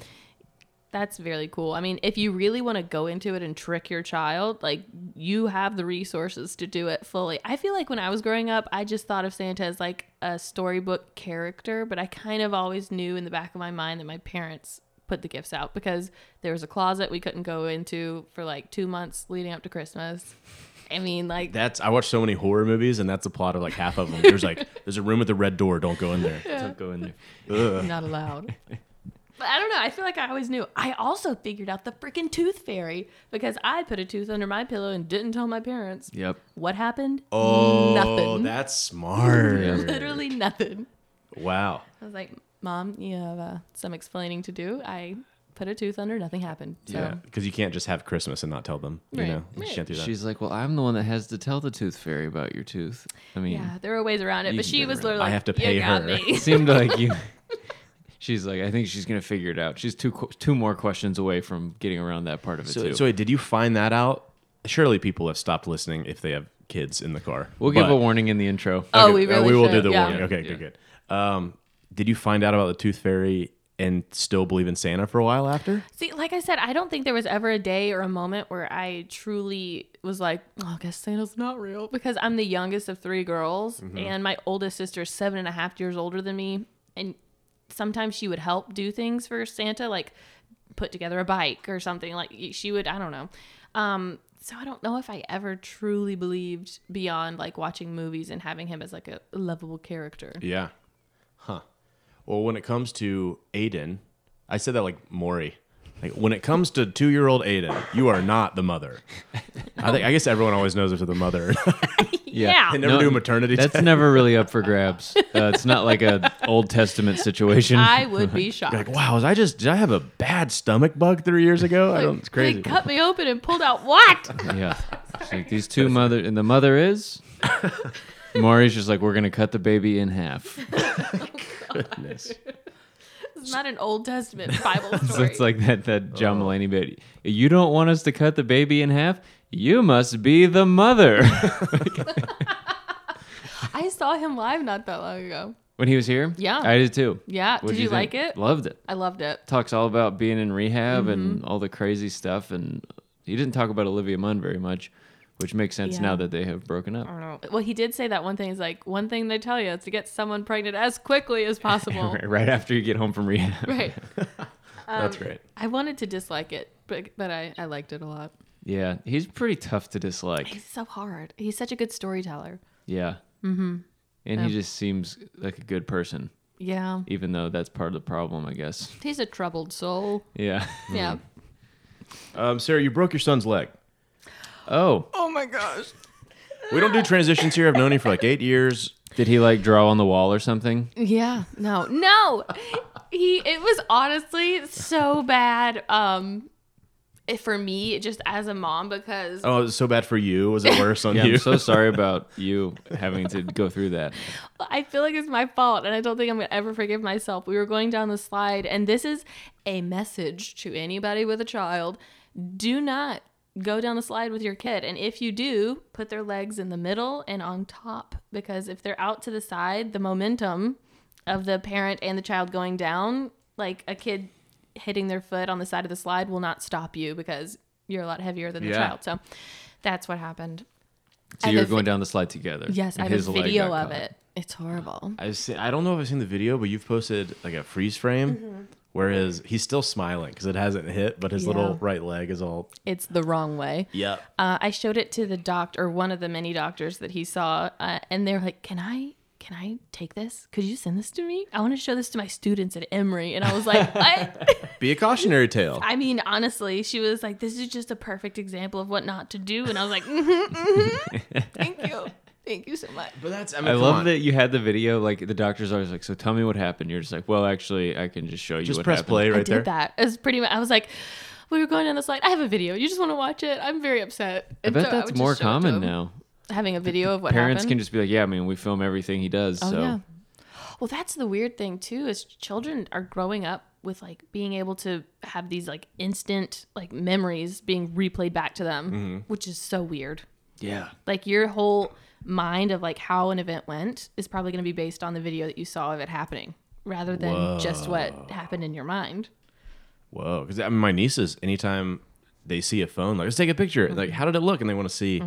Speaker 4: That's really cool. I mean, if you really want to go into it and trick your child, like you have the resources to do it fully. I feel like when I was growing up, I just thought of Santa as like a storybook character, but I kind of always knew in the back of my mind that my parents put the gifts out because there was a closet we couldn't go into for like 2 months leading up to Christmas. I mean, like
Speaker 2: That's I watch so many horror movies, and that's the plot of like half of them. There's like there's a room with a red door. Don't go in there.
Speaker 3: Don't go in there.
Speaker 4: [LAUGHS]
Speaker 2: [LAUGHS]
Speaker 4: not allowed. But I don't know. I feel like I always knew. I also figured out the freaking tooth fairy because I put a tooth under my pillow and didn't tell my parents.
Speaker 3: Yep.
Speaker 4: What happened?
Speaker 2: Oh,
Speaker 4: nothing. [LAUGHS]
Speaker 2: that's smart.
Speaker 4: Literally nothing.
Speaker 2: Wow.
Speaker 4: I was like, Mom, you have uh, some explaining to do. I put a tooth under, nothing happened. So
Speaker 2: Yeah, because you can't just have Christmas and not tell them. You
Speaker 4: Right,
Speaker 2: know, you
Speaker 4: right.
Speaker 2: can't do that.
Speaker 3: She's like, well, I'm the one that has to tell the tooth fairy about your tooth. I mean,
Speaker 4: yeah, there were ways around it,
Speaker 3: You
Speaker 4: but
Speaker 3: can
Speaker 4: she
Speaker 3: get
Speaker 4: was
Speaker 3: around it.
Speaker 4: literally
Speaker 2: I
Speaker 4: like,
Speaker 2: have to
Speaker 4: "You
Speaker 2: pay
Speaker 4: got
Speaker 2: her." [LAUGHS]
Speaker 4: me." [LAUGHS]
Speaker 3: it seemed like you. [LAUGHS] She's like, I think she's gonna figure it out. She's two qu- two more questions away from getting around that part of it
Speaker 2: So,
Speaker 3: too.
Speaker 2: so wait, did you find that out? Surely people have stopped listening if they have kids in the car.
Speaker 3: we'll give
Speaker 2: But-
Speaker 3: a warning in the intro.
Speaker 4: Oh,
Speaker 2: Okay,
Speaker 4: we
Speaker 2: uh,
Speaker 4: really
Speaker 2: we will do
Speaker 4: should,
Speaker 2: the
Speaker 4: yeah.
Speaker 2: warning. Okay, good, good. Um, did you find out about the tooth fairy and still believe in Santa for a while after?
Speaker 4: See, like I said, I don't think there was ever a day or a moment where I truly was like, oh, I guess Santa's not real. Because I'm the youngest of three girls,
Speaker 2: Mm-hmm.
Speaker 4: and my oldest sister is seven and a half years older than me. And sometimes she would help do things for Santa, like put together a bike or something. Like she would, I don't know. Um, so I don't know if I ever truly believed beyond like watching movies and having him as like a lovable character.
Speaker 2: Yeah. Huh. Well, when it comes to Aiden, I said that like Maury. Like when it comes to two-year-old Aiden, you are not the mother. I think I guess everyone always knows if they're the mother. [LAUGHS]
Speaker 4: Yeah.
Speaker 2: they never do maternity
Speaker 3: [LAUGHS] That's
Speaker 2: tests.
Speaker 3: never really up for grabs. Uh, it's not like a Old Testament situation.
Speaker 2: [LAUGHS]
Speaker 4: I would be shocked.
Speaker 2: Like, wow, was I just did I have a bad stomach bug three years ago? I don't.
Speaker 3: [LAUGHS]
Speaker 2: It's
Speaker 4: They
Speaker 2: crazy.
Speaker 4: cut me open and pulled out what?
Speaker 2: [LAUGHS]
Speaker 3: yeah. It's like these two mother and the mother is. Maury's just like, we're gonna cut the baby in half. [LAUGHS]
Speaker 4: It's not an Old Testament Bible story.
Speaker 3: [LAUGHS] So it's like that that John Mulaney bit. You don't want us to cut the baby in half. You must be the mother.
Speaker 4: I saw him live not that long ago.
Speaker 3: [LAUGHS] When he was here?
Speaker 4: Yeah.
Speaker 3: I did too.
Speaker 4: Yeah,
Speaker 3: What'd
Speaker 4: did you like
Speaker 3: think?
Speaker 4: it?
Speaker 3: Loved it.
Speaker 4: I loved it.
Speaker 3: Talks all about being in rehab
Speaker 4: Mm-hmm.
Speaker 3: and all the crazy stuff. And he didn't talk about Olivia Munn very much, which makes sense
Speaker 4: Yeah.
Speaker 3: now that they have broken up.
Speaker 4: Well, he did say that one thing. He's like, one thing they tell you is to get someone pregnant as quickly as possible.
Speaker 3: [LAUGHS] Right, right after you get home from rehab.
Speaker 4: [LAUGHS]
Speaker 3: Um,
Speaker 4: right.
Speaker 2: That's great.
Speaker 4: I wanted to dislike it, but but I, I liked it a lot.
Speaker 3: Yeah. He's pretty tough to dislike.
Speaker 4: He's so hard. He's such a good storyteller.
Speaker 3: Yeah. Mm-hmm. And he just seems like a good person,
Speaker 4: Yeah.
Speaker 3: even though that's part of the problem, I guess.
Speaker 4: He's a troubled soul.
Speaker 3: Yeah. [LAUGHS]
Speaker 4: Yeah.
Speaker 2: Um, Sarah, you broke your son's leg.
Speaker 3: Oh,
Speaker 2: We don't do transitions here. I've known you for like eight years.
Speaker 3: did he like draw on the wall or something?
Speaker 4: Yeah. No. No. he it was honestly so bad um it- for me just as a mom because
Speaker 2: Oh, it was so bad for you. Was it worse on
Speaker 3: Yeah,
Speaker 2: you?
Speaker 3: I'm so sorry about you having to go through
Speaker 4: [LAUGHS]
Speaker 3: that.
Speaker 4: I feel like it's my fault, and I don't think I'm gonna ever forgive myself. We were going down the slide, and this is a message to anybody with a child: do not go down the slide with your kid, and if you do, put their legs in the middle and on top, because if they're out to the side, the momentum of the parent and the child going down, like a kid hitting their foot on the side of the slide, will not stop you because you're a lot heavier than the
Speaker 2: Yeah.
Speaker 4: child. So that's what happened.
Speaker 3: So
Speaker 4: I
Speaker 3: you're
Speaker 4: have a
Speaker 3: going down the slide together.
Speaker 4: Yes, I
Speaker 3: and
Speaker 4: have
Speaker 3: his
Speaker 4: a
Speaker 3: leg
Speaker 4: video
Speaker 3: got
Speaker 4: of
Speaker 3: caught.
Speaker 4: it. It's horrible.
Speaker 2: I've seen, I don't know if I've seen the video, but you've posted like a freeze frame
Speaker 4: Mm-hmm.
Speaker 2: where his, he's still smiling because it hasn't hit, but his little
Speaker 4: Yeah.
Speaker 2: right leg is all.
Speaker 4: It's the wrong way.
Speaker 2: Yeah.
Speaker 4: uh, I showed it to the doctor, one of the many doctors that he saw, uh, and they're like, "Can I, can I take this? Could you send this to me? I want to show this to my students at Emory." And I was
Speaker 3: [LAUGHS]
Speaker 4: like, "What?"
Speaker 2: Be a cautionary tale.
Speaker 4: I mean, honestly, she was like, "This is just a perfect example of what not to do," and I was like, hmm
Speaker 3: [LAUGHS]
Speaker 4: "Thank you, thank you so much."
Speaker 2: But that's, I, mean,
Speaker 3: I
Speaker 2: come
Speaker 3: love
Speaker 2: on.
Speaker 3: that you had the video. Like the doctor's always like, "So tell me what happened." You're just like, "Well, actually, I can just show you."
Speaker 2: Just
Speaker 3: what
Speaker 2: press
Speaker 3: happened."
Speaker 2: play
Speaker 4: I
Speaker 2: right
Speaker 4: did
Speaker 2: there.
Speaker 4: that. It was pretty much. I was like, "We were going down the slide. I have a video. You just want to watch it? I'm very upset."
Speaker 3: I
Speaker 4: And
Speaker 3: bet
Speaker 4: so would
Speaker 3: that's
Speaker 4: just
Speaker 3: more
Speaker 4: show it to
Speaker 3: common
Speaker 4: him,
Speaker 3: now.
Speaker 4: Having a video of what
Speaker 3: Parents
Speaker 4: happened.
Speaker 3: can just be like, "Yeah, I mean, we film everything he does."
Speaker 4: Oh,
Speaker 3: so
Speaker 4: yeah. Well, that's the weird thing too is children are growing up with like being able to have these like instant like memories being replayed back to them, which is so weird.
Speaker 2: Yeah.
Speaker 4: Like your whole mind of like how an event went is probably going to be based on the video that you saw of it happening rather than just what happened in your mind.
Speaker 2: Whoa. Because I mean, my nieces, anytime they see a phone, like, let's take a picture.
Speaker 4: Mm-hmm.
Speaker 2: Like, how did it look? And they want to see.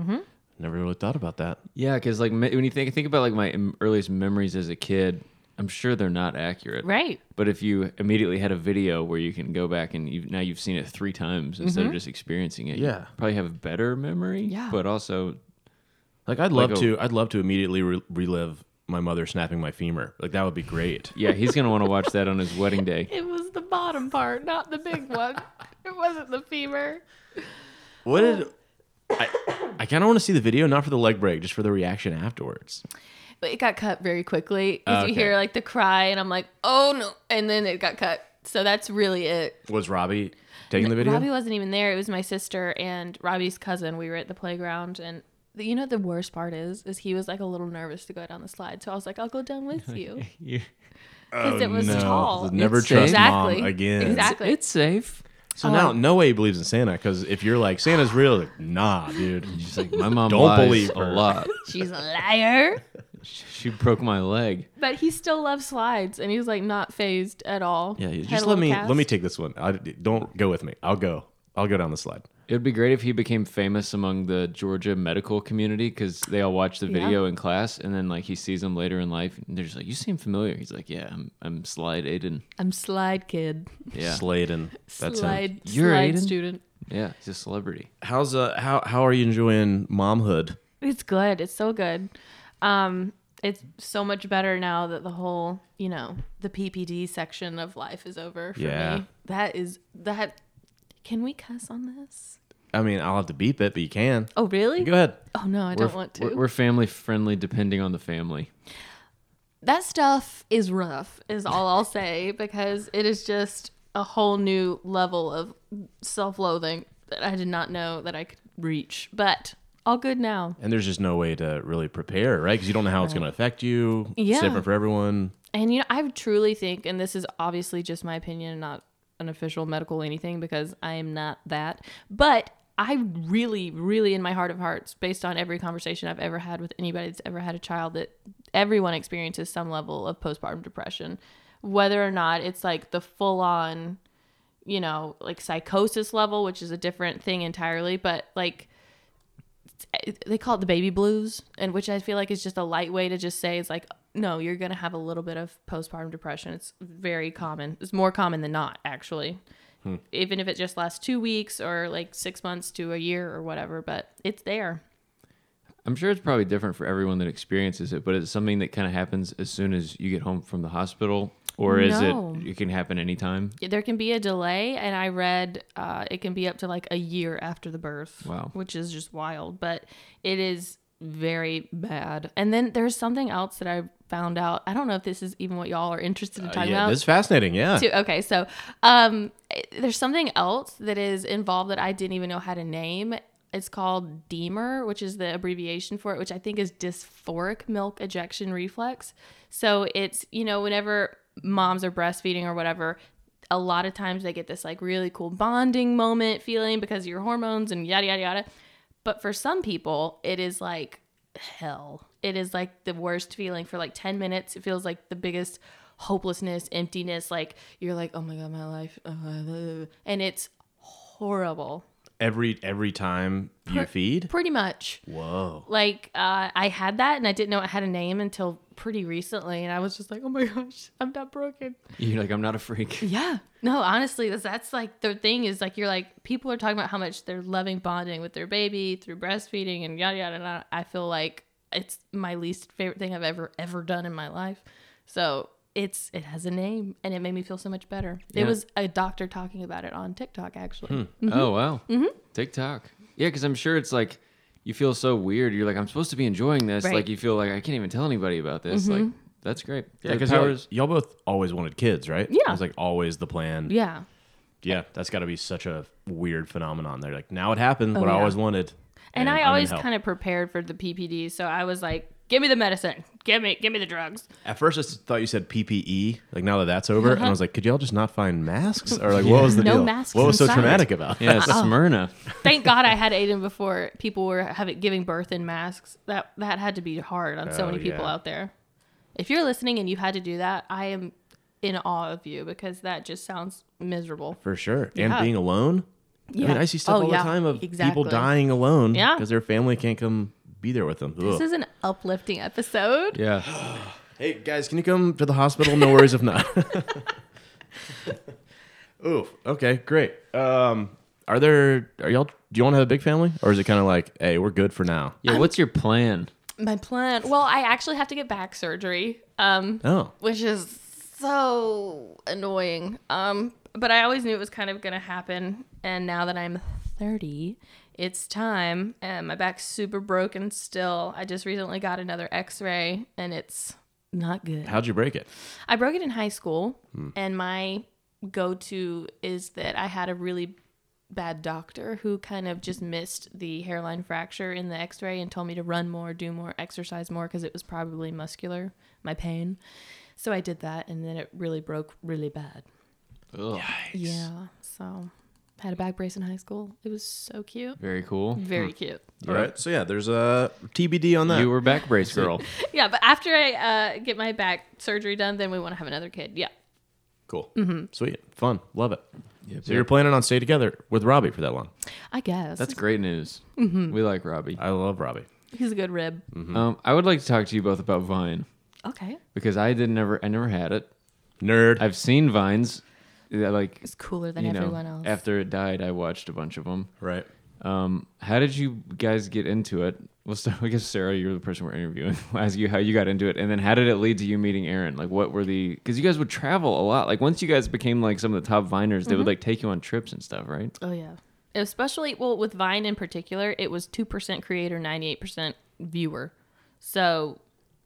Speaker 2: Never really thought about that.
Speaker 3: yeah, because like me- when you think think about like my em- earliest memories as a kid, I'm sure they're not accurate.
Speaker 4: Right.
Speaker 3: But if you immediately had a video where you can go back and you've, now you've seen it three times instead of just experiencing it, you
Speaker 2: Yeah.
Speaker 3: probably have a better memory.
Speaker 4: Mm-hmm. Yeah.
Speaker 3: But also,
Speaker 2: Like, I'd love
Speaker 3: Like a-
Speaker 2: to, I'd love to immediately re- relive my mother snapping my femur. Like, that would be great.
Speaker 3: yeah, he's gonna want to watch that on his wedding day. [LAUGHS]
Speaker 4: It was the bottom part, not the big one. it wasn't the femur.
Speaker 2: What did
Speaker 4: Oh.
Speaker 2: I? I kind of want to see the video, not for the leg break, just for the reaction afterwards.
Speaker 4: But it got cut very quickly because
Speaker 2: Ah, Okay.
Speaker 4: you hear like the cry, and I'm like, oh no. And then it got cut. So that's really it.
Speaker 2: Was Robbie taking the video?
Speaker 4: Robbie wasn't even there. It was my sister and Robbie's cousin. We were at the playground, and the, you know what the worst part is, is he was like a little nervous to go down the slide. So I was like, I'll go down with
Speaker 2: [LAUGHS]
Speaker 4: you
Speaker 3: You-
Speaker 4: because it was
Speaker 2: Oh, no.
Speaker 4: tall.
Speaker 2: Never
Speaker 3: It's
Speaker 2: trust
Speaker 4: exactly.
Speaker 2: mom again.
Speaker 4: Exactly.
Speaker 3: It's safe.
Speaker 2: So now, no way he believes in Santa because if you're like Santa's real, like, nah, dude.
Speaker 3: She's like, my mom
Speaker 2: Don't
Speaker 3: lies
Speaker 2: believe
Speaker 3: a
Speaker 2: her.
Speaker 3: lot.
Speaker 4: [LAUGHS] She's a liar.
Speaker 3: She broke my leg.
Speaker 4: But he still loves slides, and he's like not phased at all.
Speaker 2: Yeah, you
Speaker 4: Had
Speaker 2: just
Speaker 4: a
Speaker 2: let
Speaker 4: little
Speaker 2: me
Speaker 4: cast.
Speaker 2: let me take this one. I, don't go with me. I'll go. I'll go down the slide.
Speaker 3: It would be great if he became famous among the Georgia medical community because they all watch the video in class, and then like he sees him later in life, and they're just like, "You seem familiar." He's like, "Yeah, I'm, I'm Slide Aiden."
Speaker 4: I'm slide kid.
Speaker 3: Yeah,
Speaker 2: Sladen. That's
Speaker 4: slide.
Speaker 2: him.
Speaker 3: You're
Speaker 4: slide
Speaker 3: Aiden?
Speaker 4: student.
Speaker 3: yeah, he's a celebrity.
Speaker 2: How's uh how how are you enjoying momhood?
Speaker 4: It's good. It's so good. Um, it's so much better now that the whole, you know, the PPD section of life is over for
Speaker 2: Yeah.
Speaker 4: me. That is that. Can we cuss on this?
Speaker 2: I mean, I'll have to beep it, but you can.
Speaker 4: Oh really?
Speaker 2: Go ahead.
Speaker 4: Oh no, I
Speaker 3: We're-
Speaker 4: don't want to.
Speaker 3: We're, we're family friendly, depending on the family.
Speaker 4: that stuff is rough, is all I'll say, because it is just a whole new level of self-loathing that I did not know that I could reach. But all good now.
Speaker 2: And there's just no way to really prepare, right? Because you don't know how it's going to affect you.
Speaker 4: Yeah.
Speaker 2: It's different for everyone.
Speaker 4: And you know, I truly think, and this is obviously just my opinion, not an official medical anything, because I am not that. But I really, really, in my heart of hearts, based on every conversation I've ever had with anybody that's ever had a child, that everyone experiences some level of postpartum depression, whether or not it's like the full on, you know, like psychosis level, which is a different thing entirely, but like they call it the baby blues, and which I feel like is just a light way to just say it's like, no, you're gonna have a little bit of postpartum depression. It's very common. It's more common than not, actually.
Speaker 2: Hmm.
Speaker 4: Even if it just lasts two weeks or like six months to a year or whatever, but it's there.
Speaker 3: I'm sure it's probably different for everyone that experiences it, but it's something that kind of happens as soon as you get home from the hospital, or is
Speaker 4: No.
Speaker 3: it? It can happen anytime.
Speaker 4: There can be a delay, and I read uh, it can be up to like a year after the birth.
Speaker 3: Wow.
Speaker 4: Which is just wild, but it is very bad. And then there's something else that I found out. I don't know if this is even what y'all are interested in talking
Speaker 2: Uh, yeah,
Speaker 4: about.
Speaker 2: this is fascinating. Yeah.
Speaker 4: too. Okay, so um, eh, there's something else that is involved that I didn't even know how to name. It's called DEMER, which is the abbreviation for it, which I think is dysphoric milk ejection reflex. So it's, you know, whenever moms are breastfeeding or whatever, a lot of times they get this like really cool bonding moment feeling because of your hormones and yada, yada, yada. But for some people, it is like hell. It is like the worst feeling for like 10 minutes. It feels like the biggest hopelessness, emptiness. Like you're like, oh my God, my life. [LAUGHS] uh, uh," and it's horrible.
Speaker 2: Every every time you feed.
Speaker 4: Pretty much.
Speaker 2: Whoa.
Speaker 4: Like uh, I had that and I didn't know it had a name until pretty recently. And I was just like, oh my gosh, I'm not broken.
Speaker 3: You're like, I'm not a freak.
Speaker 4: Yeah. No, honestly, that's, that's like the thing is like you're like people are talking about how much they're loving bonding with their baby through breastfeeding and yada yada yada. I feel like it's my least favorite thing I've ever ever done in my life. So it's it has a name and it made me feel so much better.
Speaker 3: Yeah.
Speaker 4: It was a doctor talking about it on TikTok actually.
Speaker 3: Oh wow.
Speaker 4: Mm-hmm.
Speaker 3: TikTok. Yeah, because I'm sure it's like you feel so weird. You're like, I'm supposed to be enjoying this.
Speaker 4: Right. Mm-hmm.
Speaker 3: Like you feel like I can't even tell anybody about this. Like that's great.
Speaker 2: Yeah,
Speaker 3: The
Speaker 2: because y'all,
Speaker 3: powers-
Speaker 2: y'all both always wanted kids, right?
Speaker 4: Yeah.
Speaker 2: It was like always the plan.
Speaker 4: Yeah.
Speaker 2: Yeah, that's got to be such a weird phenomenon. They're like, now it happened, what I
Speaker 4: Oh, yeah.
Speaker 2: always wanted.
Speaker 4: And, I always kind of prepared for the PPD, so I was like, "Give me the medicine, give me, give me the drugs."
Speaker 2: At first, I s- thought you said PPE. Like now that that's over, and I was like, could y'all just not find masks? Or like, what was the
Speaker 4: Uh-huh. No
Speaker 2: deal?
Speaker 4: masks
Speaker 2: What was so
Speaker 4: inside.
Speaker 2: traumatic about? it?
Speaker 3: yeah, Smyrna.
Speaker 2: [LAUGHS]
Speaker 4: Thank God I had Aiden before people were having giving birth in masks. That that had to be hard on so
Speaker 2: Oh,
Speaker 4: many people
Speaker 2: yeah.
Speaker 4: out there. If you're listening and you had to do that, I am in awe of you because that just sounds miserable.
Speaker 2: For sure.
Speaker 4: Yeah.
Speaker 2: And being alone. I mean,
Speaker 4: Yeah.
Speaker 2: I see stuff
Speaker 4: Oh,
Speaker 2: all
Speaker 4: yeah.
Speaker 2: the time of
Speaker 4: Exactly.
Speaker 2: people dying alone
Speaker 4: Yeah.
Speaker 2: because their family can't come be there with them.
Speaker 4: This
Speaker 2: Ugh.
Speaker 4: is an uplifting episode.
Speaker 3: [LAUGHS] Yeah.
Speaker 2: Hey guys, can you come to the hospital? No worries if [LAUGHS] not. Oof. Okay, great. Um, are there? Are y'all? Do you want to have a big family, or is it kind of like, hey, we're good for now?
Speaker 3: Yeah. What's your plan?
Speaker 4: My plan. Well, I actually have to get back surgery. Um,
Speaker 2: Oh,
Speaker 4: which is so annoying. Um, but I always knew it was kind of gonna happen, and now that I'm 30, it's time. And my back's super broken still. I just recently got another X-ray, and it's not good.
Speaker 2: how'd you break it?
Speaker 4: I broke it in high school,
Speaker 3: Hmm.
Speaker 4: and my go-to is that I had a really bad doctor who kind of just missed the hairline fracture in the x-ray and told me to run more, do more, exercise more because it was probably muscular, my pain. So I did that and then it really broke really bad.
Speaker 3: Ugh.
Speaker 4: Yeah. So had a back brace in high school. It was so cute.
Speaker 3: Very cool.
Speaker 4: Very cute.
Speaker 2: All right. So yeah, there's a TBD on that.
Speaker 3: You were back brace girl.
Speaker 4: [LAUGHS] Yeah, but after I uh, get my back surgery done, then we want to have another kid. Yeah.
Speaker 2: cool. Sweet. Fun. Love it. so
Speaker 3: yep.
Speaker 2: you're planning on staying together with Robbie for that long?
Speaker 4: I guess.
Speaker 3: That's great news.
Speaker 4: Mm-hmm.
Speaker 3: We like Robbie.
Speaker 2: I love Robbie.
Speaker 4: He's a good rib.
Speaker 3: Um, I would like to talk to you both about Vine
Speaker 4: Okay.
Speaker 3: because I didn't ever, I never had it.
Speaker 2: Nerd.
Speaker 3: I've seen Vines, that, like
Speaker 4: It's cooler than
Speaker 3: you know,
Speaker 4: everyone else.
Speaker 3: after it died, I watched a bunch of them.
Speaker 2: right.
Speaker 3: Um, how did you guys get into it? Well, start, [LAUGHS] I guess Sarah, you're the person we're interviewing. [LAUGHS] We'll ask you how you got into it, and then how did it lead to you meeting Aaron? Like, what were the? Because you guys would travel a lot. Like, once you guys became like some of the top viners, they would like take you on trips and stuff, right?
Speaker 4: Oh yeah. Especially well with Vine in particular, it was two percent creator, ninety eight percent viewer. So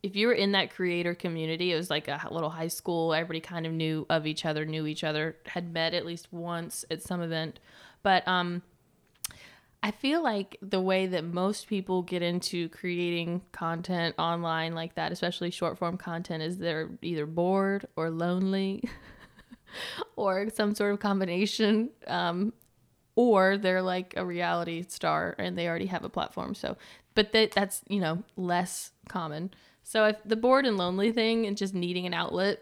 Speaker 4: if you were in that creator community, it was like a h- little high school. Everybody kind of knew of each other, knew each other, had met at least once at some event. But um, I feel like the way that most people get into creating content online like that, especially short form content, is they're either bored [LAUGHS] or lonely or some sort of combination um, or they're like a reality star and they already have a platform. So, but that that's you know less common. So if the bored and lonely thing and just needing an outlet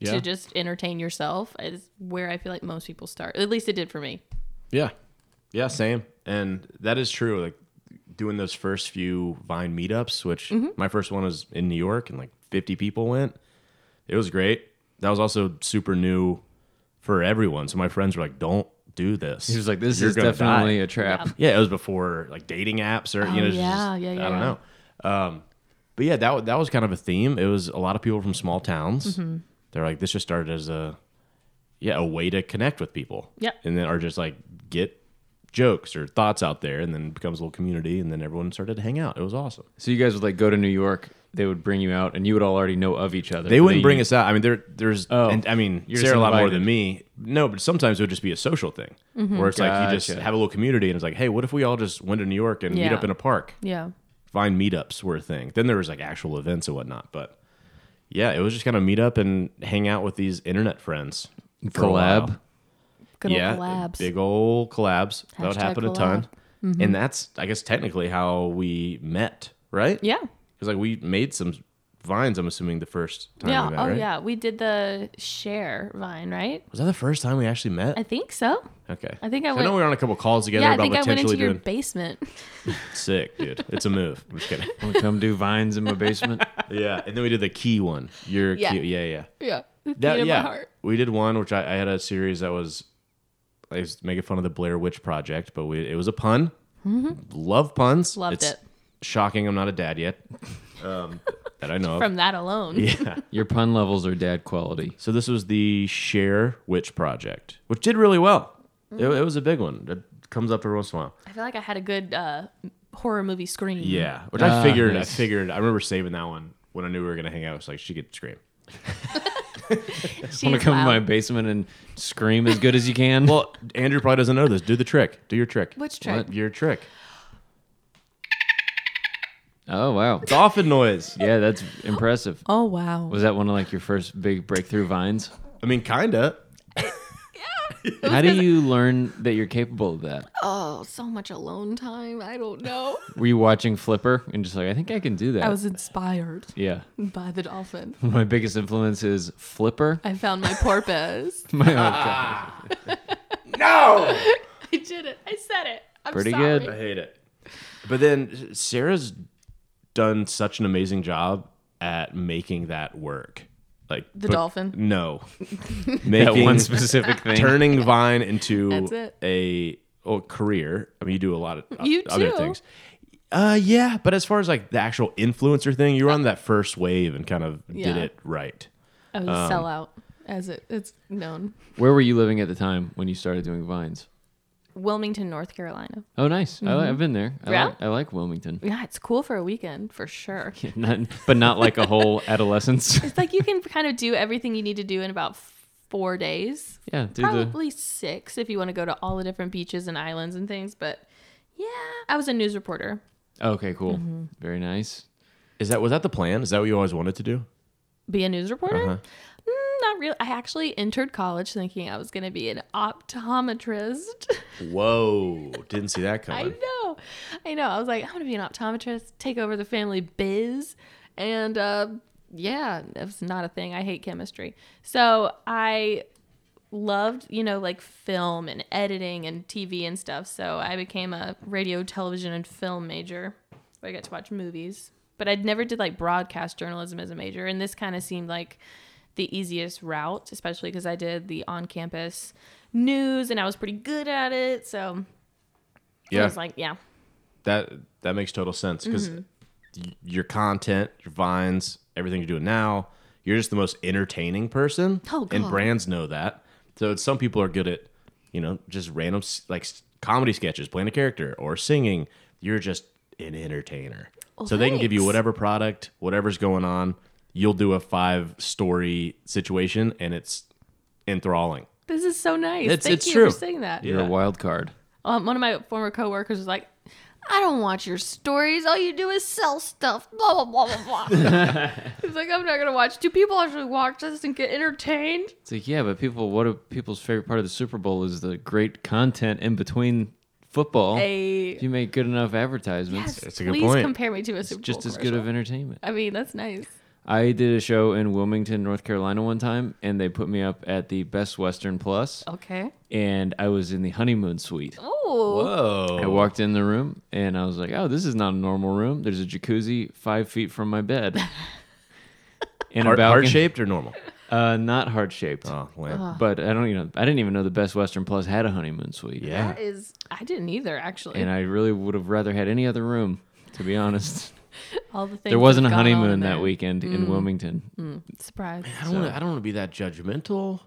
Speaker 2: Yeah.
Speaker 4: to just entertain yourself is where I feel like most people start. At least it did for me.
Speaker 2: Yeah. Yeah, same. And that is true. Like doing those first few Vine meetups, which my first one was in New York and like 50 people went. It was great. That was also super new for everyone. So my friends were like, don't do this.
Speaker 3: He was like, "This
Speaker 2: You're
Speaker 3: is
Speaker 2: gonna
Speaker 3: definitely
Speaker 2: die."
Speaker 3: a trap."
Speaker 2: Yeah, it was before like dating apps or, you
Speaker 4: Oh,
Speaker 2: know, just-
Speaker 4: yeah, yeah, yeah,
Speaker 2: I don't
Speaker 4: yeah.
Speaker 2: know. Um, but yeah, that, wa- that was kind of a theme. It was a lot of people from small towns.
Speaker 4: Mm-hmm.
Speaker 2: They're like, this just started as a, yeah, a way to connect with people.
Speaker 4: Yep.
Speaker 2: And then are just like get jokes or thoughts out there and then becomes a little community and then everyone started to hang out. It was awesome.
Speaker 3: So you guys would like go to New York. They would bring you out, and you would all already know of each other.
Speaker 2: They
Speaker 3: but
Speaker 2: wouldn't bring
Speaker 3: knew-
Speaker 2: us out. I mean, there there's
Speaker 3: Oh,
Speaker 2: and I mean,
Speaker 3: you're
Speaker 2: Sarah
Speaker 3: just
Speaker 2: a lot more
Speaker 3: invited.
Speaker 2: than me. No, but sometimes it would just be a social thing
Speaker 4: Mm-hmm.
Speaker 2: where it's like you just
Speaker 3: Gotcha.
Speaker 2: have a little community and it's like, "Hey, what if we all just went to New York and meet
Speaker 4: Yeah.
Speaker 2: up in a park?"
Speaker 4: Yeah.
Speaker 2: Find meetups were a thing. Then there was like actual events and whatnot, but yeah, it was just kind of meet up and hang out with these internet friends. for a
Speaker 3: Collab?
Speaker 2: while.
Speaker 4: Good
Speaker 2: yeah,
Speaker 4: old collabs.
Speaker 2: Big old collabs. that would
Speaker 4: Hashtag
Speaker 2: happen a
Speaker 4: collab. Mm-hmm.
Speaker 2: ton. And that's, I guess, technically how we met, right?
Speaker 4: yeah.
Speaker 2: Because, like, we made some vines, I'm assuming, the first time
Speaker 4: Yeah.
Speaker 2: we met,
Speaker 4: Oh,
Speaker 2: right?
Speaker 4: yeah. We did the share vine, right?
Speaker 2: Was that the first time we actually met?
Speaker 4: I think so.
Speaker 2: okay.
Speaker 4: I think I
Speaker 2: So I
Speaker 4: went-
Speaker 2: know we were on a couple calls together
Speaker 4: Yeah, I
Speaker 2: about
Speaker 4: think I went
Speaker 2: potentially
Speaker 4: into your
Speaker 2: doing
Speaker 4: basement. [LAUGHS]
Speaker 2: sick, dude. It's a move. I'm just kidding.
Speaker 3: [LAUGHS]
Speaker 2: [LAUGHS]
Speaker 3: Wanna Come do vines in my basement.
Speaker 2: yeah. And then we did the key one. Your
Speaker 4: Yeah.
Speaker 2: key. Yeah, yeah.
Speaker 4: yeah. With
Speaker 2: That,
Speaker 4: Beat in
Speaker 2: yeah.
Speaker 4: my heart.
Speaker 2: We did one, which I, I had a series that was, I was making fun of the Blair Witch Project, but we, it was a pun. Love puns.
Speaker 4: Mm-hmm. Loved
Speaker 2: it's
Speaker 4: it.
Speaker 2: Shocking, I'm not a dad yet. [LAUGHS] Um, that I know of.
Speaker 4: From that alone.
Speaker 3: [LAUGHS] Your pun levels are dad quality.
Speaker 2: So this was the Share Witch Project, which did really well. It,
Speaker 4: Mm-hmm.
Speaker 2: it was a big one. It comes up every once in a while.
Speaker 4: I feel like I had a good uh, horror movie screen.
Speaker 2: Yeah, which
Speaker 3: Ah,
Speaker 2: I figured.
Speaker 3: nice.
Speaker 2: I figured. I remember saving that one when I knew we were gonna hang out. It's like she could scream.
Speaker 4: She's
Speaker 3: Want to come to my
Speaker 4: loud.
Speaker 3: basement and scream as good as you can? Well,
Speaker 2: Andrew probably doesn't know this. Do the trick. Do your trick.
Speaker 4: Which trick?
Speaker 2: What? Your trick.
Speaker 3: oh wow,
Speaker 2: Dolphin noise.
Speaker 3: yeah, that's impressive.
Speaker 4: Oh wow.
Speaker 3: Was that one of like your first big breakthrough vines?
Speaker 2: I mean, kinda.
Speaker 3: How do you learn that you're capable of that?
Speaker 4: oh, so much alone time. I don't know.
Speaker 3: Were you watching Flipper and just like, I think I can do that?
Speaker 4: [LAUGHS] I was inspired
Speaker 3: yeah.
Speaker 4: by the dolphin.
Speaker 3: My biggest influence is Flipper.
Speaker 4: I found my porpoise.
Speaker 3: My- oh, God.
Speaker 4: [LAUGHS]
Speaker 3: Oh!
Speaker 4: I did it. I said it. I'm
Speaker 3: Pretty
Speaker 4: sorry.
Speaker 2: I
Speaker 3: good.
Speaker 2: hate it. But then Sarah's done such an amazing job at making that work. Like
Speaker 4: The
Speaker 2: but-
Speaker 4: dolphin? [LAUGHS]
Speaker 2: No,
Speaker 3: That
Speaker 2: making
Speaker 3: one specific thing.
Speaker 2: turning Vine into
Speaker 4: That's it.
Speaker 2: a oh, career. I mean, you do a lot of o-
Speaker 4: You
Speaker 2: other
Speaker 4: too.
Speaker 2: things. Uh, yeah, but as far as like the actual influencer thing, you were on that first wave and kind of did
Speaker 4: Yeah.
Speaker 2: it right.
Speaker 4: I was
Speaker 2: Um,
Speaker 4: a sellout, as it, it's known.
Speaker 3: Where were you living at the time when you started doing vines?
Speaker 4: Wilmington, North Carolina.
Speaker 2: Uh,
Speaker 3: Oh, nice. I li- I've been there. I,
Speaker 4: Mm-hmm. Yeah?
Speaker 3: like, I like Wilmington, [LAUGHS]
Speaker 4: Yeah, it's cool for a weekend for sure.
Speaker 3: Not- but not like a
Speaker 4: [LAUGHS]
Speaker 3: whole adolescence.
Speaker 4: It's like you can kind of do everything you need to do in about four days,
Speaker 3: yeah, do the
Speaker 4: probably six if you want to go to all the different beaches and islands and things. But yeah, I was a news reporter.
Speaker 3: okay, cool,
Speaker 4: Mm-hmm.
Speaker 3: very nice.
Speaker 2: Is that was that the plan? Is that what you always wanted to do?
Speaker 4: Be a news reporter?
Speaker 3: Uh-huh.
Speaker 4: Mm, not really. I actually entered college thinking I was going to be an optometrist. [LAUGHS]
Speaker 2: Whoa, didn't see that
Speaker 4: I
Speaker 2: coming.
Speaker 4: know. I know. I was like, I'm going to be an optometrist, take over the family biz. And uh, yeah, that was not a thing. I hate chemistry. So I loved, you know, like film and editing and TV and stuff. So I became a radio, television, and film major. I got to watch movies. But I'd never did like broadcast journalism as a major. And this kind of seemed like the easiest route, especially because I did the on campus news and I was pretty good at it. So I
Speaker 2: yeah,
Speaker 4: was like, yeah,
Speaker 2: that that makes total sense because
Speaker 4: Mm-hmm.
Speaker 2: your content, your vines, everything you're doing now, you're just the most entertaining person,
Speaker 4: Oh,
Speaker 2: and
Speaker 4: God.
Speaker 2: brands know that. So it's, some people are good at, you know, just random s- like s- comedy sketches, playing a character or singing. You're just an entertainer, so they can give you
Speaker 4: Oh, thanks.
Speaker 2: whatever product, whatever's going on. You'll do a five story situation, and it's enthralling.
Speaker 4: This is so nice.
Speaker 2: It's-
Speaker 4: Thank
Speaker 2: it's
Speaker 4: you
Speaker 2: true.
Speaker 4: for saying that.
Speaker 3: You're
Speaker 2: Yeah.
Speaker 3: a wild card.
Speaker 4: Um, one of my former coworkers was like, I don't watch your stories. All you do is sell stuff. Blah blah blah blah blah.
Speaker 3: [LAUGHS]
Speaker 4: He's like, I'm not gonna watch. Do people actually watch this and get entertained?
Speaker 3: It's like, yeah, but people, what a people's favorite part of the Super Bowl is the great content in between football.
Speaker 4: Hey.
Speaker 3: If Oh, you make good enough advertisements,
Speaker 2: That's a good
Speaker 4: please
Speaker 2: point.
Speaker 4: compare me to a Super
Speaker 3: it's just
Speaker 4: Bowl
Speaker 3: as good
Speaker 4: commercial.
Speaker 3: of entertainment.
Speaker 4: I mean, that's nice.
Speaker 3: I did a show in Wilmington, North Carolina one time, and they put me up at the Best Western Plus,
Speaker 4: Okay.
Speaker 3: and I was in the honeymoon suite.
Speaker 4: Oh,
Speaker 2: Whoa.
Speaker 3: I walked in the room and I was like, oh, this is not a normal room. There's a jacuzzi five feet from my
Speaker 4: [LAUGHS]
Speaker 3: bed. and a
Speaker 2: Heart,
Speaker 3: balcony-
Speaker 2: heart shaped or normal?
Speaker 3: Uh, not heart shaped.
Speaker 2: Oh,
Speaker 4: Uh-huh.
Speaker 2: lame.
Speaker 3: But I don't, you know, I didn't even know the Best Western Plus had a honeymoon suite.
Speaker 2: yeah.
Speaker 4: that is. I didn't either actually.
Speaker 3: And I really would have rather had any other room, to be
Speaker 4: [LAUGHS]
Speaker 3: honest.
Speaker 4: All the things
Speaker 3: there wasn't a
Speaker 4: that have gone on
Speaker 3: honeymoon
Speaker 4: in
Speaker 3: that
Speaker 4: there. Mm.
Speaker 3: weekend in Wilmington.
Speaker 4: Surprise.
Speaker 2: I don't wanna, I don't want to be that judgmental,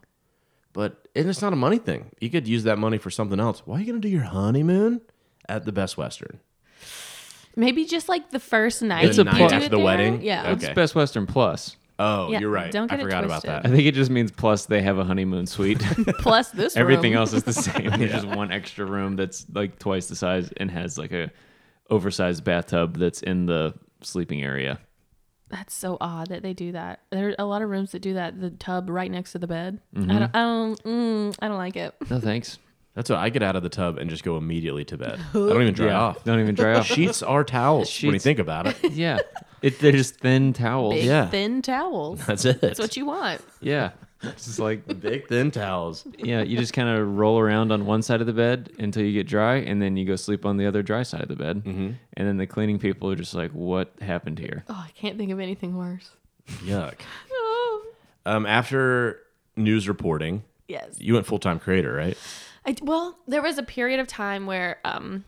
Speaker 2: but and it's not a money thing. You could use that money for something else. Why are you going to do your honeymoon at the Best Western?
Speaker 4: Maybe just like the first night.
Speaker 3: It's a
Speaker 4: you
Speaker 3: pl-
Speaker 4: do
Speaker 3: after
Speaker 4: it
Speaker 2: the
Speaker 4: there.
Speaker 2: wedding?
Speaker 4: Yeah.
Speaker 2: Okay.
Speaker 3: It's Best Western Plus.
Speaker 2: Oh,
Speaker 4: Yeah,
Speaker 2: you're right.
Speaker 4: don't get
Speaker 2: I
Speaker 4: it
Speaker 2: forgot about
Speaker 4: twisted.
Speaker 2: that.
Speaker 3: I think it just means plus they have a honeymoon [LAUGHS] suite.
Speaker 4: Plus this.
Speaker 3: Everything
Speaker 4: room.
Speaker 3: else is the same. There's just one extra room that's like twice the size and has like a oversized bathtub that's in the sleeping area.
Speaker 4: That's so odd that they do that. There are a lot of rooms that do that. The tub right next to the bed. I don't. I don't, mm, I don't like it.
Speaker 3: No thanks.
Speaker 2: That's what I get out of the tub and just go immediately to
Speaker 4: [LAUGHS]
Speaker 2: bed. I don't even dry off.
Speaker 3: Don't even dry off.
Speaker 2: Sheets are towels when you
Speaker 3: Sheets.
Speaker 2: think about it.
Speaker 3: Oh. [LAUGHS]
Speaker 4: [LAUGHS]
Speaker 3: yeah. It, they're just thin towels.
Speaker 4: Big
Speaker 2: Yeah.
Speaker 4: thin [LAUGHS] towels.
Speaker 2: That's it.
Speaker 4: That's what you want.
Speaker 3: Yeah. It's just like
Speaker 2: Big thin towels.
Speaker 3: yeah, you just kind of roll around on one side of the bed until you get dry, and then you go sleep on the other dry side of the bed. Mm-hmm. And then the cleaning people are just like, "What happened
Speaker 4: [LAUGHS]
Speaker 3: here?"
Speaker 4: Oh, I can't think of anything worse.
Speaker 2: Yuck.
Speaker 4: Oh,
Speaker 2: Um, after news reporting,
Speaker 4: [LAUGHS] yes.
Speaker 2: you went full time creator, right?
Speaker 4: I, well, there was a period of time where, um,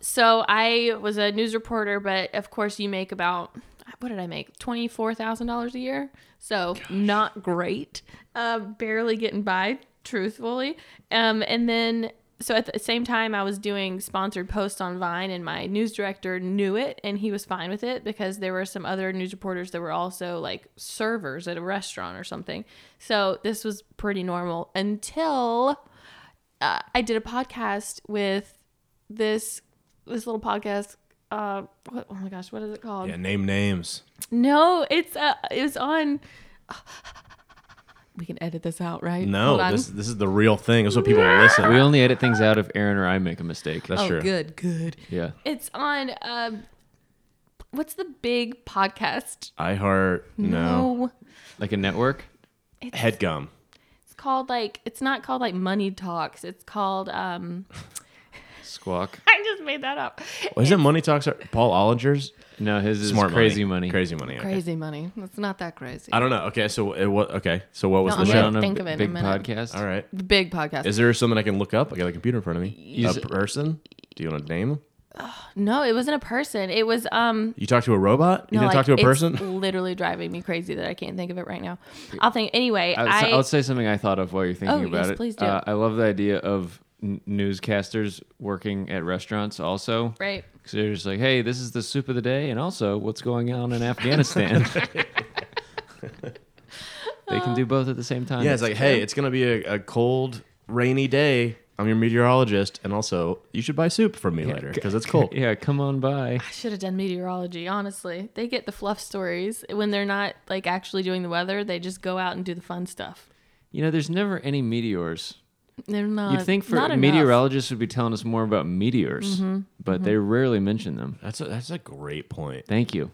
Speaker 4: so I was a news reporter, but of course you make about what did I make twenty four thousand dollars a year, so not great, uh, barely getting by, truthfully. Um, and then so at the same time I was doing sponsored posts on Vine, and my news director knew it, and he was fine with it because there were some other news reporters that were also like servers at a restaurant or something. So this was pretty normal until uh, I did a podcast with this this little podcast. Uh, what, oh my gosh, what is it called?
Speaker 2: Yeah, name names.
Speaker 4: No, it's uh, it was on. [SIGHS] We can edit this out, right?
Speaker 2: No,
Speaker 4: Hold on.
Speaker 2: this this is the real thing. This is what people listen.
Speaker 3: We only edit things out if Aaron or I make a mistake.
Speaker 2: That's
Speaker 4: oh,
Speaker 2: true.
Speaker 4: good, good.
Speaker 3: yeah.
Speaker 4: It's on. Um, what's the big podcast?
Speaker 2: I heart no,
Speaker 4: No,
Speaker 3: Like a network.
Speaker 2: head gum.
Speaker 4: it's called like it's not called like Money Talks. It's called. Um, [LAUGHS]
Speaker 3: Squawk.
Speaker 4: I just made that up.
Speaker 2: Well, isn't Money Talks Paul Ollinger's
Speaker 3: No, his is
Speaker 2: smart
Speaker 3: crazy money.
Speaker 2: Crazy money. Okay.
Speaker 4: Crazy money. It's not that crazy.
Speaker 2: I don't know. Okay, so it was okay. So what was
Speaker 4: No,
Speaker 2: the
Speaker 4: I'm
Speaker 2: show?
Speaker 4: gonna- think of it in a
Speaker 3: big
Speaker 4: minute.
Speaker 3: podcast.
Speaker 2: All right.
Speaker 4: The big podcast.
Speaker 2: Is there something I can look up? I got a computer in front of me.
Speaker 3: You
Speaker 2: A
Speaker 3: s-
Speaker 2: person? Do you want to name them?
Speaker 4: No, it wasn't a person. It was um.
Speaker 2: You talk to a robot? You
Speaker 4: no,
Speaker 2: didn't
Speaker 4: like,
Speaker 2: talk to a
Speaker 4: it's
Speaker 2: person?
Speaker 3: [LAUGHS]
Speaker 4: Literally driving me crazy that I can't think of it right now. I'll think anyway.
Speaker 3: I,
Speaker 4: I,
Speaker 3: will say something I thought of while you're thinking
Speaker 4: Oh,
Speaker 3: about
Speaker 4: yes,
Speaker 3: it.
Speaker 4: please do.
Speaker 3: Uh, I love the idea of n- newscasters working at restaurants also.
Speaker 4: right.
Speaker 3: Because they're just like, hey, this is the soup of the day, and also what's going on in
Speaker 4: [LAUGHS]
Speaker 3: Afghanistan. they can do both at the same time.
Speaker 2: Yeah, it's like, hey, it's gonna be a, a cold, rainy day. I'm your meteorologist, and also you should buy soup from me later because it's cold.
Speaker 3: [LAUGHS] yeah, come on by.
Speaker 4: I should have done meteorology. Honestly, they get the fluff stories when they're not like actually doing the weather. They just go out and do the fun stuff.
Speaker 3: You know, there's never any meteors.
Speaker 4: They're not.
Speaker 3: You'd think for
Speaker 4: Uh, not enough. Mm-hmm.
Speaker 3: meteorologists would be telling us more about meteors, but they rarely mention them.
Speaker 2: That's a, that's a great point.
Speaker 3: Thank you.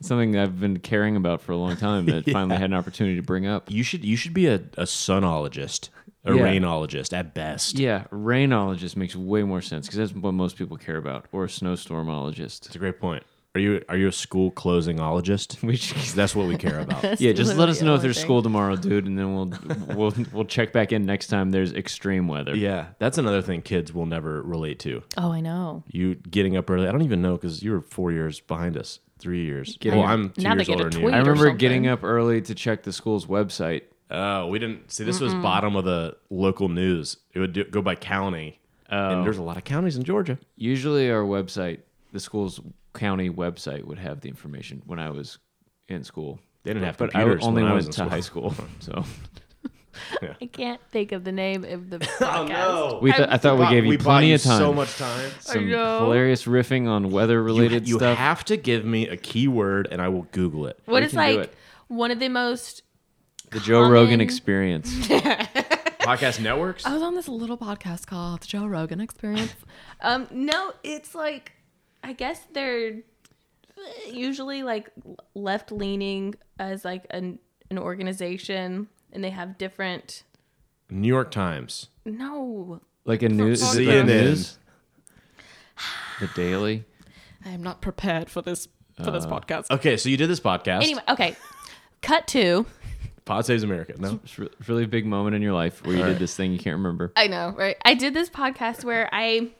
Speaker 3: Something that I've been caring about for a long
Speaker 2: [LAUGHS]
Speaker 3: time that finally had an opportunity to bring up.
Speaker 2: You should you should be a, a sunologist, a
Speaker 3: Yeah.
Speaker 2: rainologist at best.
Speaker 3: Yeah, rainologist makes way more sense because that's what most people care about, or a snowstormologist. [LAUGHS]
Speaker 2: That's a great point. Are you are you a school closingologist?
Speaker 3: We should-
Speaker 4: [LAUGHS]
Speaker 2: 'Cause that's what we care
Speaker 3: [LAUGHS]
Speaker 2: about.
Speaker 3: yeah, just let
Speaker 4: literally
Speaker 3: us
Speaker 4: the
Speaker 3: know if
Speaker 4: only
Speaker 3: there's
Speaker 4: thing.
Speaker 3: school tomorrow, dude, and then we'll we'll we'll check back in next time there's extreme weather.
Speaker 2: yeah, that's another thing kids will never relate to.
Speaker 4: Oh, I know.
Speaker 2: You getting up early. I don't even know because you were four years behind us, three years.
Speaker 3: Getting
Speaker 2: well,
Speaker 3: up-
Speaker 2: I'm two
Speaker 4: Now they
Speaker 2: years
Speaker 4: get a
Speaker 2: older than
Speaker 4: tweet.
Speaker 2: you.
Speaker 3: I
Speaker 4: Or
Speaker 3: remember
Speaker 4: something.
Speaker 3: getting up early to check the school's website.
Speaker 2: Oh, we didn't see. This was bottom of the local news. It would do, go by county, and there's a lot of counties in Georgia.
Speaker 3: Usually, our website, the school's county website, would have the information when I was in school.
Speaker 2: They didn't have
Speaker 3: but I
Speaker 2: computers
Speaker 3: only
Speaker 2: when I
Speaker 3: went
Speaker 2: was in [LAUGHS]
Speaker 3: to
Speaker 2: school.
Speaker 3: high school, so
Speaker 4: I can't think of the name of the
Speaker 2: [LAUGHS] Oh
Speaker 4: podcast.
Speaker 2: no.
Speaker 3: We th- I thought we gave you
Speaker 2: we bought
Speaker 3: plenty of time.
Speaker 2: So much time.
Speaker 3: Some
Speaker 4: know.
Speaker 3: hilarious riffing on weather related
Speaker 2: you, you
Speaker 3: stuff.
Speaker 2: have to give me a keyword and I will Google it.
Speaker 4: What
Speaker 3: We
Speaker 4: is
Speaker 3: can do
Speaker 4: like
Speaker 3: it.
Speaker 4: one of the most?
Speaker 3: the Joe Rogan
Speaker 4: common-
Speaker 3: experience.
Speaker 2: Podcast networks?
Speaker 4: I was on this little podcast called The Joe Rogan Experience. um, no, it's like I guess they're usually like left leaning as like an an organization, and they have different.
Speaker 2: New York Times.
Speaker 4: No,
Speaker 3: Like a news. Is it
Speaker 2: CNN.
Speaker 3: like news? The Daily.
Speaker 4: I am not prepared for this for this podcast.
Speaker 2: Okay, so you did this podcast.
Speaker 4: Anyway, okay. Cut two.
Speaker 2: Pod Saves America. No.
Speaker 3: It's a really big moment in your life where you did this thing you can't remember.
Speaker 4: I know, right? I did this podcast where I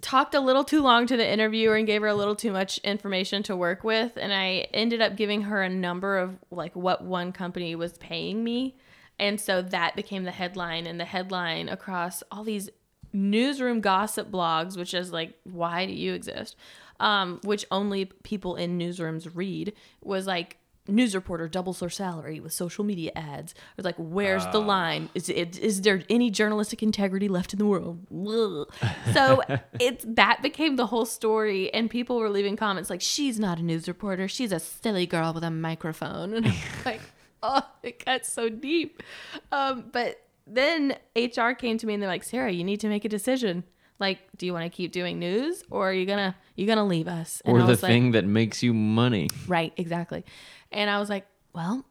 Speaker 4: talked a little too long to the interviewer and gave her a little too much information to work with and I ended up giving her a number of like what one company was paying me. And so that became the headline and the headline across all these newsroom gossip blogs, which is like why do you exist? Um, which only people in newsrooms read was like news reporter doubles their salary with social media ads. It was like, where's
Speaker 3: Ah.
Speaker 4: the line? Is, it, is there any journalistic integrity left in the world? Ugh.
Speaker 3: [LAUGHS]
Speaker 4: So it's that became the whole story, and people were leaving comments like, she's not a news reporter. She's a silly girl with a microphone.
Speaker 3: [LAUGHS]
Speaker 4: [LAUGHS] And I'm like, oh, it got so deep. Um, but then HR came to me and they're like, Sarah, you need to make a decision. Like, do you want to keep doing news, or are you gonna you gonna leave us? And
Speaker 3: Or
Speaker 4: I
Speaker 3: the
Speaker 4: was like,
Speaker 3: thing that makes you money.
Speaker 4: Right, exactly. And I was like, well,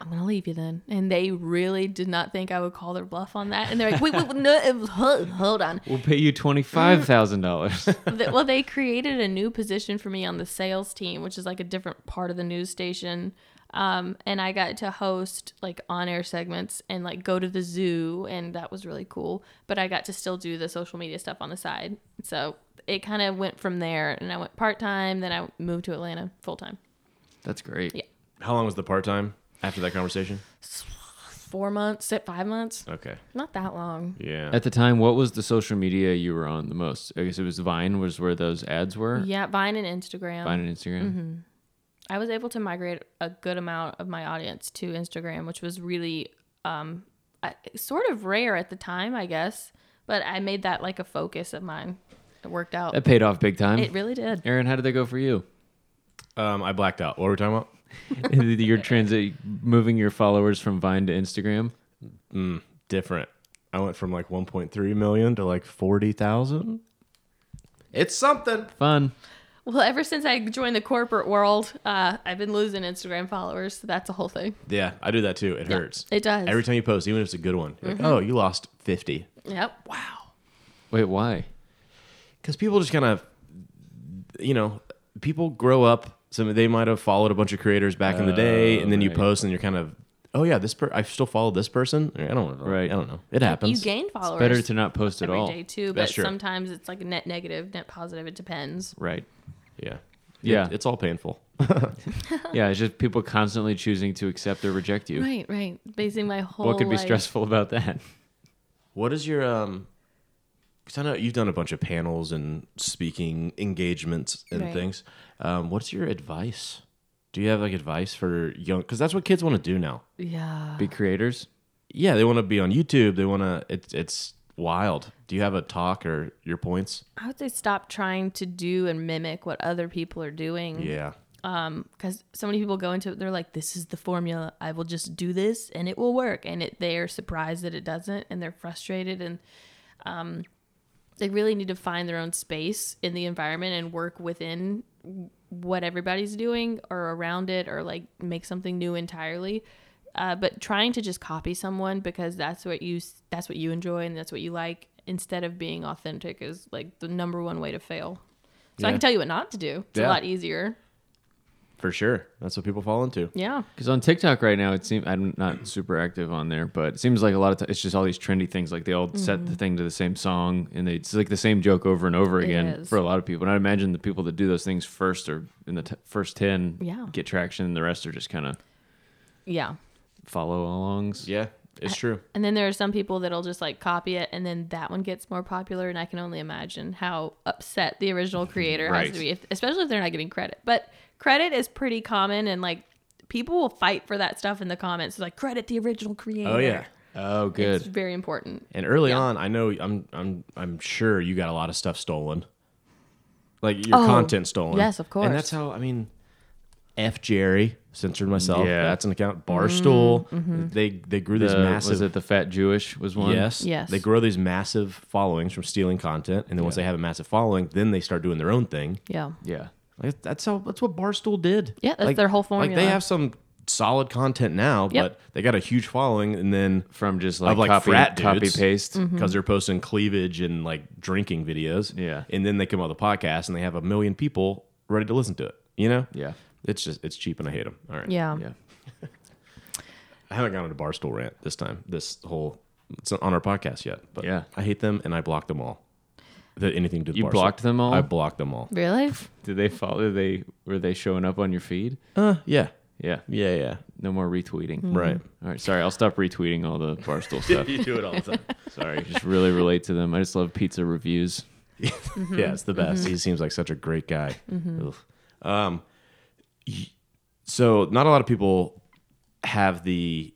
Speaker 4: I'm gonna leave you then. And they really did not think I would call their bluff on that. And they're like, wait, wait, wait, no, it was- hold, hold on.
Speaker 3: We'll pay you twenty five
Speaker 2: [LAUGHS]
Speaker 3: thousand dollars. [LAUGHS]
Speaker 4: Th- Well, they created a new position for me on the sales team, which is like a different part of the news station. Um, and I got to host like on air segments and like go to the zoo, and that was really cool. But I got to still do the social media stuff on the side. So it kind of went from there. And I went part time, then I moved to Atlanta full time.
Speaker 3: That's great.
Speaker 4: Yeah.
Speaker 2: How long was the part time after that conversation?
Speaker 4: Four months, five months.
Speaker 2: Okay.
Speaker 4: Not that long.
Speaker 2: Yeah.
Speaker 3: At the time, what was the social media you were on the most? I guess it was Vine was where those ads were.
Speaker 4: Yeah, Mm-hmm. Vine and Instagram.
Speaker 3: Vine and Instagram.
Speaker 4: I was able to migrate a good amount of my audience to Instagram, which was really um, I, sort of rare at the time, I guess. But I made that like a focus of mine. It worked out.
Speaker 3: That paid off big time.
Speaker 4: It really did.
Speaker 3: Aaron, how did that go for you?
Speaker 2: um, I blacked out. What were we talking about?
Speaker 3: your transit, moving your followers from Vine to Instagram.
Speaker 2: Different. I went from like 1.3 million to like 40,000. It's something.
Speaker 3: Fun.
Speaker 4: Well, ever since I joined the corporate world, uh, I've been losing Instagram followers. So that's a whole thing.
Speaker 2: Yeah, I do that too. It hurts.
Speaker 4: It does.
Speaker 2: Every time you post, even if it's a good one, you're like, oh, you lost 50.
Speaker 4: Yep.
Speaker 3: Wait, why?
Speaker 2: because people just kind of you know people grow up so they might have followed a bunch of creators back in the day and then you
Speaker 3: right.
Speaker 2: post and you're kind of oh yeah this per- i still follow this person i don't know
Speaker 3: Right.
Speaker 2: i don't know it happens
Speaker 4: You gain followers
Speaker 3: Better to not post at
Speaker 4: every
Speaker 3: all.
Speaker 4: day too, but
Speaker 2: That's true.
Speaker 4: sometimes it's like a net negative, net positive. It depends.
Speaker 3: Right.
Speaker 2: yeah
Speaker 3: Yeah.
Speaker 2: It- it's all painful
Speaker 3: Yeah, it's just people constantly choosing to accept or reject you.
Speaker 4: Right, right. Basing my whole
Speaker 3: What could be
Speaker 4: life-
Speaker 3: stressful about that? [LAUGHS]
Speaker 2: what is your um because i know you've done a bunch of panels and speaking engagements and
Speaker 4: Right.
Speaker 2: things um, what's your advice do you have like advice for young because that's what kids want to do now
Speaker 4: Yeah.
Speaker 3: Be creators.
Speaker 2: yeah they want to be on youtube they want to it's it's wild do you have a talk or your points
Speaker 4: I would say stop trying to do and mimic what other people are doing.
Speaker 2: yeah
Speaker 4: Because um, so many people go into it, they're like, this is the formula. I will just do this and it will work. And it, they are surprised that it doesn't and they're frustrated. And um, they really need to find their own space in the environment and work within what everybody's doing or around it or like make something new entirely. Uh, but trying to just copy someone because that's what you that's what you enjoy and that's what you like instead of being authentic is like the number one way to fail. So I
Speaker 2: Yeah.
Speaker 4: can tell you what not to do. It's
Speaker 2: Yeah.
Speaker 4: a lot easier.
Speaker 2: For sure. That's what people fall into.
Speaker 4: Yeah.
Speaker 3: Because on TikTok right now, it seems I'm not super active on there, but it seems like a lot of times it's just all these trendy things. Like they all set
Speaker 4: Mm-hmm.
Speaker 3: the thing to the same song, and they, it's like the same joke over and over again
Speaker 4: is.
Speaker 3: for a lot of people. And I imagine the people that do those things first are in the t- first ten
Speaker 4: Yeah.
Speaker 3: get traction, and the rest are just kind of
Speaker 4: Yeah.
Speaker 3: follow alongs.
Speaker 2: Yeah, it's true.
Speaker 4: And then there are some people that'll just like copy it and then that one gets more popular and I can only imagine how upset the original creator
Speaker 3: Right.
Speaker 4: has to be, if, especially if they're not getting credit. But credit is pretty common and like people will fight for that stuff in the comments. It's like credit the original creator.
Speaker 2: Oh yeah.
Speaker 3: Oh,
Speaker 4: It's
Speaker 3: good.
Speaker 4: very important.
Speaker 2: And early
Speaker 4: Yeah.
Speaker 2: on, I know I'm I'm I'm sure you got a lot of stuff stolen. Like your
Speaker 4: Oh,
Speaker 2: content stolen.
Speaker 4: yes, of course.
Speaker 2: And that's how I mean F Jerry, censored myself.
Speaker 3: Yeah.
Speaker 2: That's an account. Barstool.
Speaker 4: Mm-hmm.
Speaker 2: They they grew these
Speaker 3: The-
Speaker 2: massive
Speaker 3: was it the fat Jewish was one?
Speaker 2: Yes.
Speaker 4: Yes.
Speaker 2: They grow these massive followings from stealing content. And then once they have a massive following, then they start doing their own thing.
Speaker 4: Yeah.
Speaker 3: Yeah.
Speaker 2: Like that's how that's what Barstool did.
Speaker 4: Yeah, that's
Speaker 2: Like-
Speaker 4: their whole
Speaker 2: Like
Speaker 4: formula.
Speaker 2: they have some solid content now,
Speaker 4: Yep.
Speaker 2: but they got a huge following and then
Speaker 3: From just like,
Speaker 2: Of, like,
Speaker 3: copy,
Speaker 2: frat
Speaker 3: copy
Speaker 2: dudes. Mm.
Speaker 3: paste.
Speaker 2: because they're posting cleavage and like drinking videos.
Speaker 3: Yeah.
Speaker 2: And then they come on the podcast and they have a million people ready to listen to it. You know?
Speaker 3: Yeah.
Speaker 2: It's just it's cheap and I hate them. All right.
Speaker 4: Yeah.
Speaker 3: Yeah.
Speaker 2: I haven't gone into Barstool rant this time. This whole it's on our podcast yet. But
Speaker 3: Yeah.
Speaker 2: I hate them and I blocked them all. That anything to do with
Speaker 3: You
Speaker 2: Barstool.
Speaker 3: blocked them all?
Speaker 2: I blocked them all.
Speaker 4: Really?
Speaker 3: Did they follow? They were they showing up on your feed?
Speaker 2: Uh, yeah.
Speaker 3: [LAUGHS] Yeah. Mm-hmm.
Speaker 2: Yeah, yeah.
Speaker 3: No more retweeting.
Speaker 2: Right.
Speaker 3: All right. Sorry, I'll stop retweeting all the barstool stuff.
Speaker 2: You do it all the [LAUGHS] time.
Speaker 3: sorry, just really relate to them. I just love pizza reviews.
Speaker 4: Mm-hmm.
Speaker 2: Yeah, it's the best. He seems like such a great guy. Oof. Um, y- so not a lot of people have the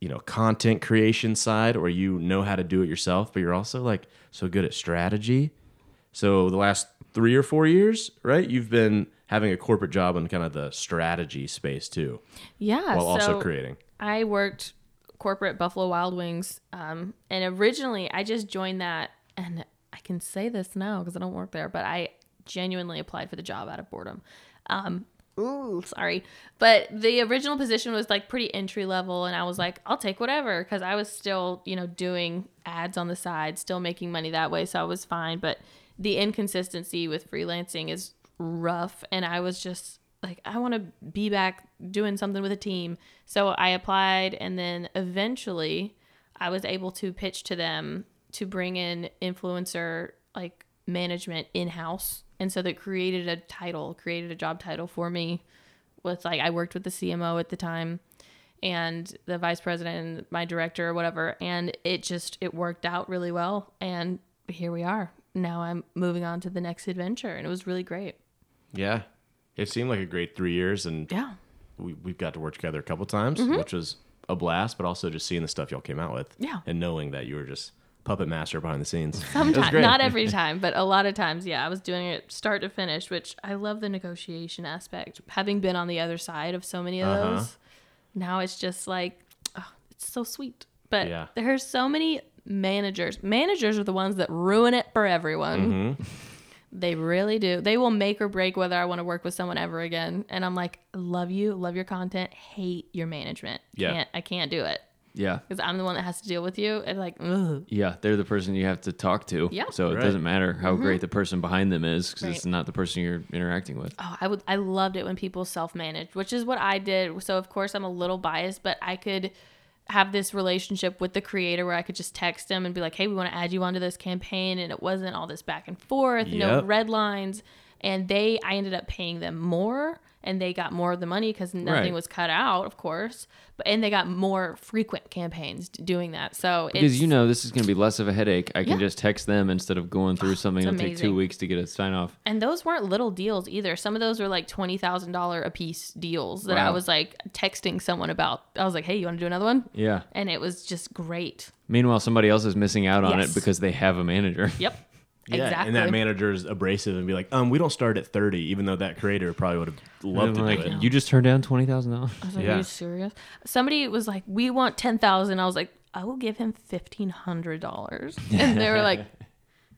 Speaker 2: you know content creation side, or you know how to do it yourself, but you're also like so good at strategy. So the last three or four years, right? You've been having a corporate job in kind of the strategy space too,
Speaker 4: Yeah.
Speaker 2: while also
Speaker 4: so
Speaker 2: creating.
Speaker 4: I worked corporate Buffalo Wild Wings, um, and originally I just joined that, and I can say this now because I don't work there, but I genuinely applied for the job out of boredom. Um, ooh, sorry, but the original position was like pretty entry level, and I was like, I'll take whatever because I was still, you know, doing ads on the side, still making money that way, so I was fine. But the inconsistency with freelancing is rough, and I was just like I want to be back doing something with a team. So I applied and then eventually I was able to pitch to them to bring in influencer like management in house. And so that created a title, created a job title for me with like I worked with the CMO at the time and the vice president and my director or whatever and it just it worked out really well and here we are. Now I'm moving on to the next adventure and it was really great.
Speaker 2: Yeah, it seemed like a great three years, and
Speaker 4: Yeah.
Speaker 2: we, we've got to work together a couple times,
Speaker 4: Mm-hmm.
Speaker 2: which was a blast, but also just seeing the stuff y'all came out with.
Speaker 4: Yeah.
Speaker 2: And knowing that you were just puppet master behind the
Speaker 4: [LAUGHS]
Speaker 2: scenes.
Speaker 4: Sometimes,
Speaker 2: [LAUGHS]
Speaker 4: not every time, but a lot of times, yeah. I was doing it start to finish, which I love the negotiation aspect. Having been on the other side of so many of
Speaker 2: Uh-huh.
Speaker 4: those, now it's just like, oh, it's so sweet. But
Speaker 2: Yeah.
Speaker 4: there are so many managers. Managers are the ones that ruin it for everyone.
Speaker 2: Mm-hmm.
Speaker 4: [LAUGHS] They really do. They will make or break whether I want to work with someone ever again. And I'm like, love you, love your content, hate your management.
Speaker 2: Yeah.
Speaker 4: Can't, I can't do it
Speaker 3: Yeah.
Speaker 4: because I'm the one that has to deal with you. And like, ugh.
Speaker 3: Yeah, they're the person you have to talk to.
Speaker 4: Yeah.
Speaker 3: So it
Speaker 2: Right.
Speaker 3: doesn't matter how great the person behind them is because it's
Speaker 4: Right.
Speaker 3: not the person you're interacting with.
Speaker 4: Oh, I would I loved it when people self-managed, which is what I did. So of course I'm a little biased, but I could have this relationship with the creator where I could just text them and be like, "Hey, we want to add you onto this campaign," and it wasn't all this back and forth, no
Speaker 2: Yep.
Speaker 4: red lines. And they, I ended up paying them more, and they got more of the money because nothing
Speaker 3: Right.
Speaker 4: was cut out, of course. But and they got more frequent campaigns d- doing that. So
Speaker 3: Because
Speaker 4: it's,
Speaker 3: you know this is going to be less of a headache. I can
Speaker 4: Yeah. Ah,
Speaker 3: just text them instead of going through something. It'll take two
Speaker 4: amazing.
Speaker 3: weeks to get a sign off.
Speaker 4: And those weren't little deals either. Some of those were like twenty thousand dollar a piece deals that I
Speaker 3: Wow.
Speaker 4: was like texting someone about. I was like, "Hey, you want to do another one?"
Speaker 3: Yeah.
Speaker 4: And it was just great.
Speaker 3: Meanwhile, somebody else is missing out on
Speaker 4: Yes.
Speaker 3: it because they have a manager.
Speaker 4: Yep.
Speaker 2: Yeah,
Speaker 4: exactly.
Speaker 2: and that manager's abrasive and be like, um, we don't start at 30, even though that creator probably would have loved
Speaker 3: [LAUGHS] I'm
Speaker 2: to
Speaker 3: like,
Speaker 2: do it.
Speaker 3: you just turned down twenty thousand dollars.
Speaker 4: I was like, "Are
Speaker 2: Yeah.
Speaker 4: you serious?" Somebody was like, "We want ten thousand. I was like, "I will give him fifteen hundred dollars." And they were like,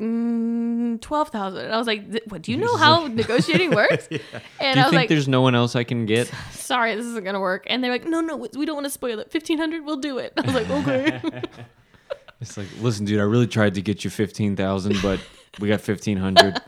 Speaker 4: mm, 12000 And I was like, "Th- "What? Do you know how negotiating works?" And
Speaker 3: Do you
Speaker 4: I was
Speaker 3: think
Speaker 4: like,
Speaker 3: there's no one else I can get?
Speaker 4: "Sorry, this isn't gonna work." And they're like, "No, no, we don't want to spoil it. Fifteen hundred, we'll do it." I was like, "Okay."
Speaker 3: [LAUGHS] It's like, listen, dude, I really tried to get you fifteen thousand, [LAUGHS] but we got fifteen hundred.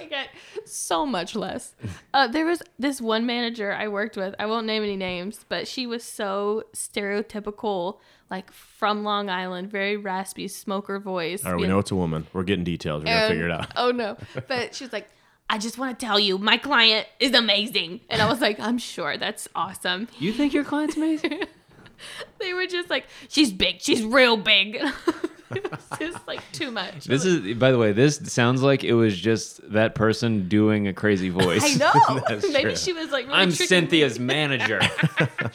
Speaker 4: I got so much less. Uh, there was this one manager I worked with. I won't name any names, but she was so stereotypical, like from Long Island, very raspy smoker voice.
Speaker 2: All right, we
Speaker 4: being-
Speaker 2: know it's a woman. We're getting details. We're going to
Speaker 4: and-
Speaker 2: figure it
Speaker 4: [LAUGHS]
Speaker 2: out.
Speaker 4: Oh no! But she was like, "I just want to tell you, my client is amazing," and I was like, "I'm sure that's awesome." [LAUGHS]
Speaker 3: you think your client's amazing?
Speaker 4: They were just like, "She's big. She's real big." [LAUGHS] it was just like too much.
Speaker 3: This is, by the way, this sounds like it was just that person doing a crazy voice.
Speaker 2: [LAUGHS]
Speaker 4: I know.
Speaker 3: [LAUGHS]
Speaker 2: That's
Speaker 4: Maybe
Speaker 2: true.
Speaker 4: she was like, really
Speaker 3: I'm
Speaker 4: [LAUGHS] tricking me.
Speaker 3: Cynthia's manager.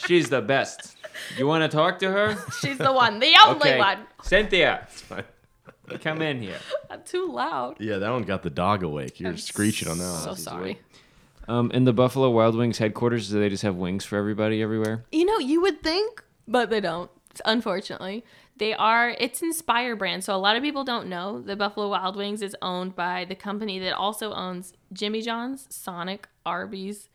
Speaker 3: She's the best. You want to talk to
Speaker 4: [LAUGHS]
Speaker 3: her?
Speaker 4: She's the one, the only
Speaker 3: Okay.
Speaker 4: one.
Speaker 3: Cynthia, come in here.
Speaker 4: I'm too loud.
Speaker 2: Yeah, that one got the dog awake. You're
Speaker 4: I'm
Speaker 2: screeching on that one.
Speaker 4: So sorry.
Speaker 3: Um, in the Buffalo Wild Wings headquarters, do they just have wings for everybody everywhere?
Speaker 4: You know, you would think, but they don't. Unfortunately, they are. It's Inspire brand, so a lot of people don't know the Buffalo Wild Wings is owned by the company that also owns Jimmy John's, Sonic, Arby's,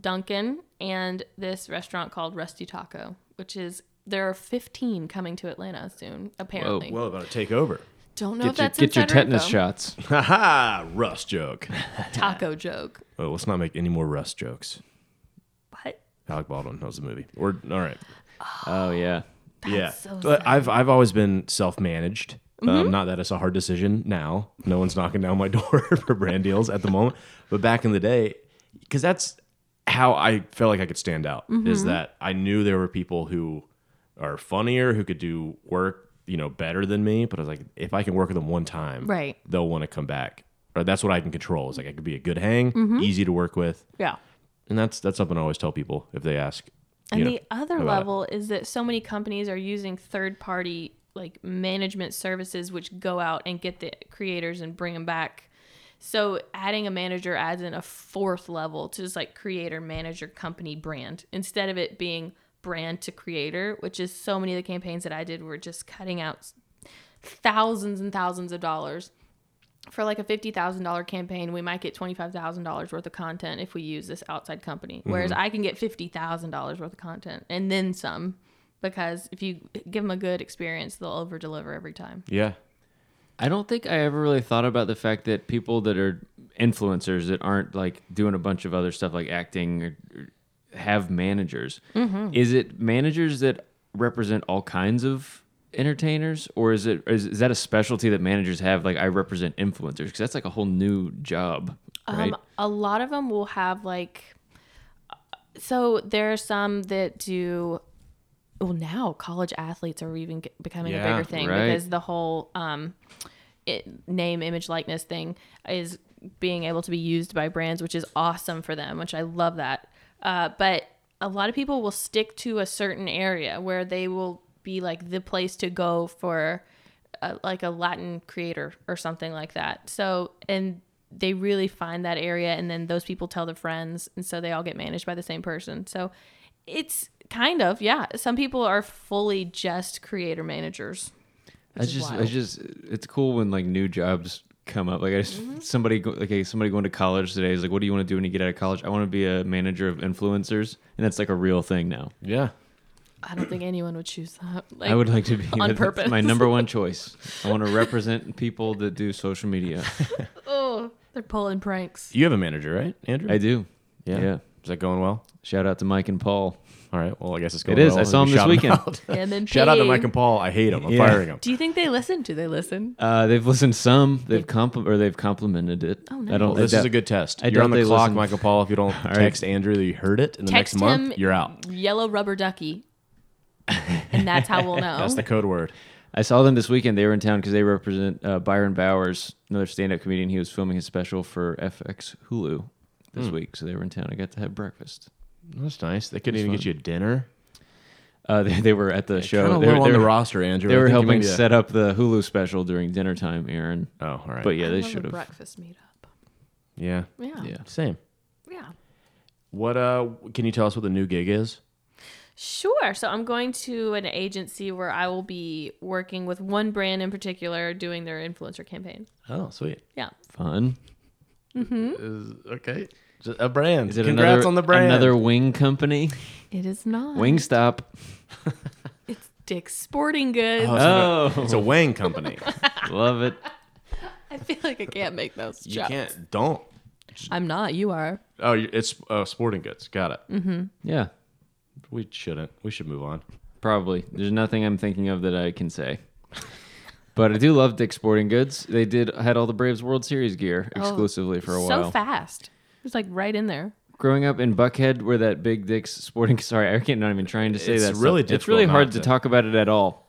Speaker 4: Duncan, and this restaurant called Rusty Taco, which is there are 15 coming to Atlanta soon. Apparently,
Speaker 2: Whoa, about to take over. [LAUGHS]
Speaker 4: don't know if
Speaker 3: Get your,
Speaker 4: Oh, that's
Speaker 3: get your
Speaker 4: inside
Speaker 3: tetanus
Speaker 4: info. [LAUGHS]
Speaker 3: shots.
Speaker 2: Ha ha! Rust joke.
Speaker 4: Taco joke,
Speaker 2: Well, let's not make any more Rust jokes.
Speaker 4: but
Speaker 2: Alec Baldwin. That was the movie. Or all right.
Speaker 3: Oh yeah.
Speaker 2: yeah.
Speaker 4: so Mm-hmm.
Speaker 2: But I've I've always been self managed. Um, not that it's a hard decision now. No one's knocking down my [LAUGHS] door for brand deals at the moment. But back in the day, because that's how I felt like I could stand out
Speaker 4: Mm-hmm.
Speaker 2: is that I knew there were people who are funnier, who could do work, you know, better than me. But I was like, if I can work with them one time,
Speaker 4: Right.
Speaker 2: they'll want to come back. Or that's what I can control. Is like I could be a good hang,
Speaker 4: Mm-hmm.
Speaker 2: easy to work with,
Speaker 4: yeah.
Speaker 2: and that's that's something I always tell people if they ask. you
Speaker 4: And
Speaker 2: know,
Speaker 4: the other
Speaker 2: about it.
Speaker 4: level is that so many companies are using third party like management services which go out and get the creators and bring them back. So adding a manager adds in a fourth level to just like creator, manager, company, brand instead of it being brand to creator, which is so many of the campaigns that I did were just cutting out s- thousands and thousands of dollars. For like a fifty thousand dollar campaign, we might get twenty five thousand dollars worth of content if we use this outside company.
Speaker 3: Mm-hmm.
Speaker 4: Whereas I can get fifty thousand dollars worth of content and then some, because if you give them a good experience, they'll over deliver every time.
Speaker 2: yeah,
Speaker 3: I don't think I ever really thought about the fact that people that are influencers that aren't like doing a bunch of other stuff like acting or, or have managers. Is it managers that represent all kinds of entertainers or is it is, is that a specialty that managers have like I represent influencers because that's like a whole new job, right?
Speaker 4: Um, a lot of them will have like, uh, so there are some that do. Well, now college athletes are even get, becoming
Speaker 2: Yeah,
Speaker 4: a bigger thing
Speaker 3: right.
Speaker 4: because the whole um, it, name, image, likeness thing is being able to be used by brands, which is awesome for them, which I love that. Uh, but a lot of people will stick to a certain area where they will be like the place to go for a, like a Latin creator or something like that. So, and they really find that area, and then those people tell their friends, and so they all get managed by the same person. So, it's kind of yeah. Some people are fully just creator managers.
Speaker 3: That's
Speaker 4: is
Speaker 3: just,
Speaker 4: wild.
Speaker 3: it's just, it's cool when like new jobs come up. Like I just,
Speaker 4: Mm-hmm.
Speaker 3: somebody, go, okay, somebody going to college today is like, what do you want to do when you get out of college? I want to be a manager of influencers, and that's like a real thing now.
Speaker 2: yeah.
Speaker 4: I don't think anyone would choose that. Like,
Speaker 3: I would like to be
Speaker 4: on
Speaker 3: that's
Speaker 4: purpose.
Speaker 3: My number
Speaker 4: [LAUGHS]
Speaker 3: one choice. I want to represent people that do social media.
Speaker 4: oh, they're pulling pranks.
Speaker 2: You have a manager, right, Andrew?
Speaker 3: I
Speaker 4: [LAUGHS]
Speaker 3: do. Yeah.
Speaker 2: Is that going well?
Speaker 3: Shout out to Mike and Paul.
Speaker 2: All right. Well, I guess it's
Speaker 3: It
Speaker 2: going
Speaker 3: is.
Speaker 2: well.
Speaker 3: I saw
Speaker 2: We
Speaker 3: him this
Speaker 2: shout
Speaker 3: weekend.
Speaker 2: out. [LAUGHS]
Speaker 4: And then
Speaker 2: Shout out to
Speaker 4: paying.
Speaker 2: Mike and Paul. I hate him. I'm
Speaker 3: Yeah.
Speaker 2: firing him.
Speaker 4: Do you think they listen? Do they listen?
Speaker 3: Uh, they've listened some. They've compl- or they've complimented it.
Speaker 4: Oh,
Speaker 3: I
Speaker 4: nice.
Speaker 3: don't.
Speaker 2: Well, this
Speaker 3: I
Speaker 2: is a
Speaker 3: doubt-
Speaker 2: good test.
Speaker 3: I
Speaker 2: you're on
Speaker 3: doubt
Speaker 2: the
Speaker 3: they
Speaker 2: clock,
Speaker 3: listen.
Speaker 2: Mike and Paul. If you
Speaker 3: [LAUGHS]
Speaker 2: don't
Speaker 3: right.
Speaker 2: text Andrew that you heard it in the
Speaker 4: Text
Speaker 2: next month,
Speaker 4: him
Speaker 2: you're out.
Speaker 4: Yellow rubber ducky, and that's how
Speaker 2: [LAUGHS]
Speaker 4: we'll know.
Speaker 2: That's the code word.
Speaker 3: I saw them this weekend. They were in town because they represent uh, Byron Bowers, another stand-up comedian. He was filming his special for FX Hulu this
Speaker 2: Hmm.
Speaker 3: week, so they were in town. I got to have breakfast.
Speaker 2: That's nice. They couldn't even
Speaker 3: fun.
Speaker 2: get you dinner.
Speaker 3: Uh, they, they were at the show.
Speaker 2: Kinda
Speaker 3: They
Speaker 2: low
Speaker 3: were,
Speaker 2: on
Speaker 3: they
Speaker 2: the
Speaker 3: were-
Speaker 2: roster, Andrew.
Speaker 3: they
Speaker 2: I
Speaker 3: were
Speaker 2: think you
Speaker 3: helping
Speaker 2: maybe-
Speaker 3: set up the Hulu special during dinner time, Aaron.
Speaker 2: Oh, all right.
Speaker 3: But yeah,
Speaker 4: I
Speaker 3: they
Speaker 4: love a
Speaker 3: should have.
Speaker 4: breakfast meetup.
Speaker 2: yeah,
Speaker 4: Yeah.
Speaker 3: Yeah.
Speaker 2: same.
Speaker 4: Yeah.
Speaker 2: What? Uh, can you tell us what the new gig is?
Speaker 4: Sure. So I'm going to an agency where I will be working with one brand in particular doing their influencer campaign.
Speaker 2: Oh, sweet.
Speaker 4: Yeah.
Speaker 3: Fun.
Speaker 2: Is, okay, Just a brand.
Speaker 3: Is it
Speaker 2: Congrats
Speaker 3: another
Speaker 2: on the brand.
Speaker 3: another wing company?
Speaker 4: It is not.
Speaker 3: Wingstop.
Speaker 4: It's Dick's Sporting Goods.
Speaker 2: Oh, it's, a, it's a Wang company.
Speaker 3: Love it.
Speaker 4: [LAUGHS] I feel like I can't make those
Speaker 2: You
Speaker 4: jokes.
Speaker 2: can't. Don't.
Speaker 4: I'm not. You are.
Speaker 2: Oh, you- it's uh, sporting goods. Got it.
Speaker 3: Mm. Yeah,
Speaker 2: We shouldn't. We should move on.
Speaker 3: probably. There's nothing I'm thinking of that I can say. But I do love Dick's Sporting Goods. They did had all the Braves World Series gear exclusively for a while.
Speaker 4: So fast. It's like right in there.
Speaker 3: Growing up in Buckhead, where that big Dick's Sporting. [LAUGHS] Sorry, I can't. Not even trying to say
Speaker 2: It's
Speaker 3: that. stuff.
Speaker 2: really
Speaker 3: It's really
Speaker 2: difficult
Speaker 3: hard
Speaker 2: not
Speaker 3: to
Speaker 2: to.
Speaker 3: talk about it
Speaker 2: [LAUGHS]
Speaker 3: at all.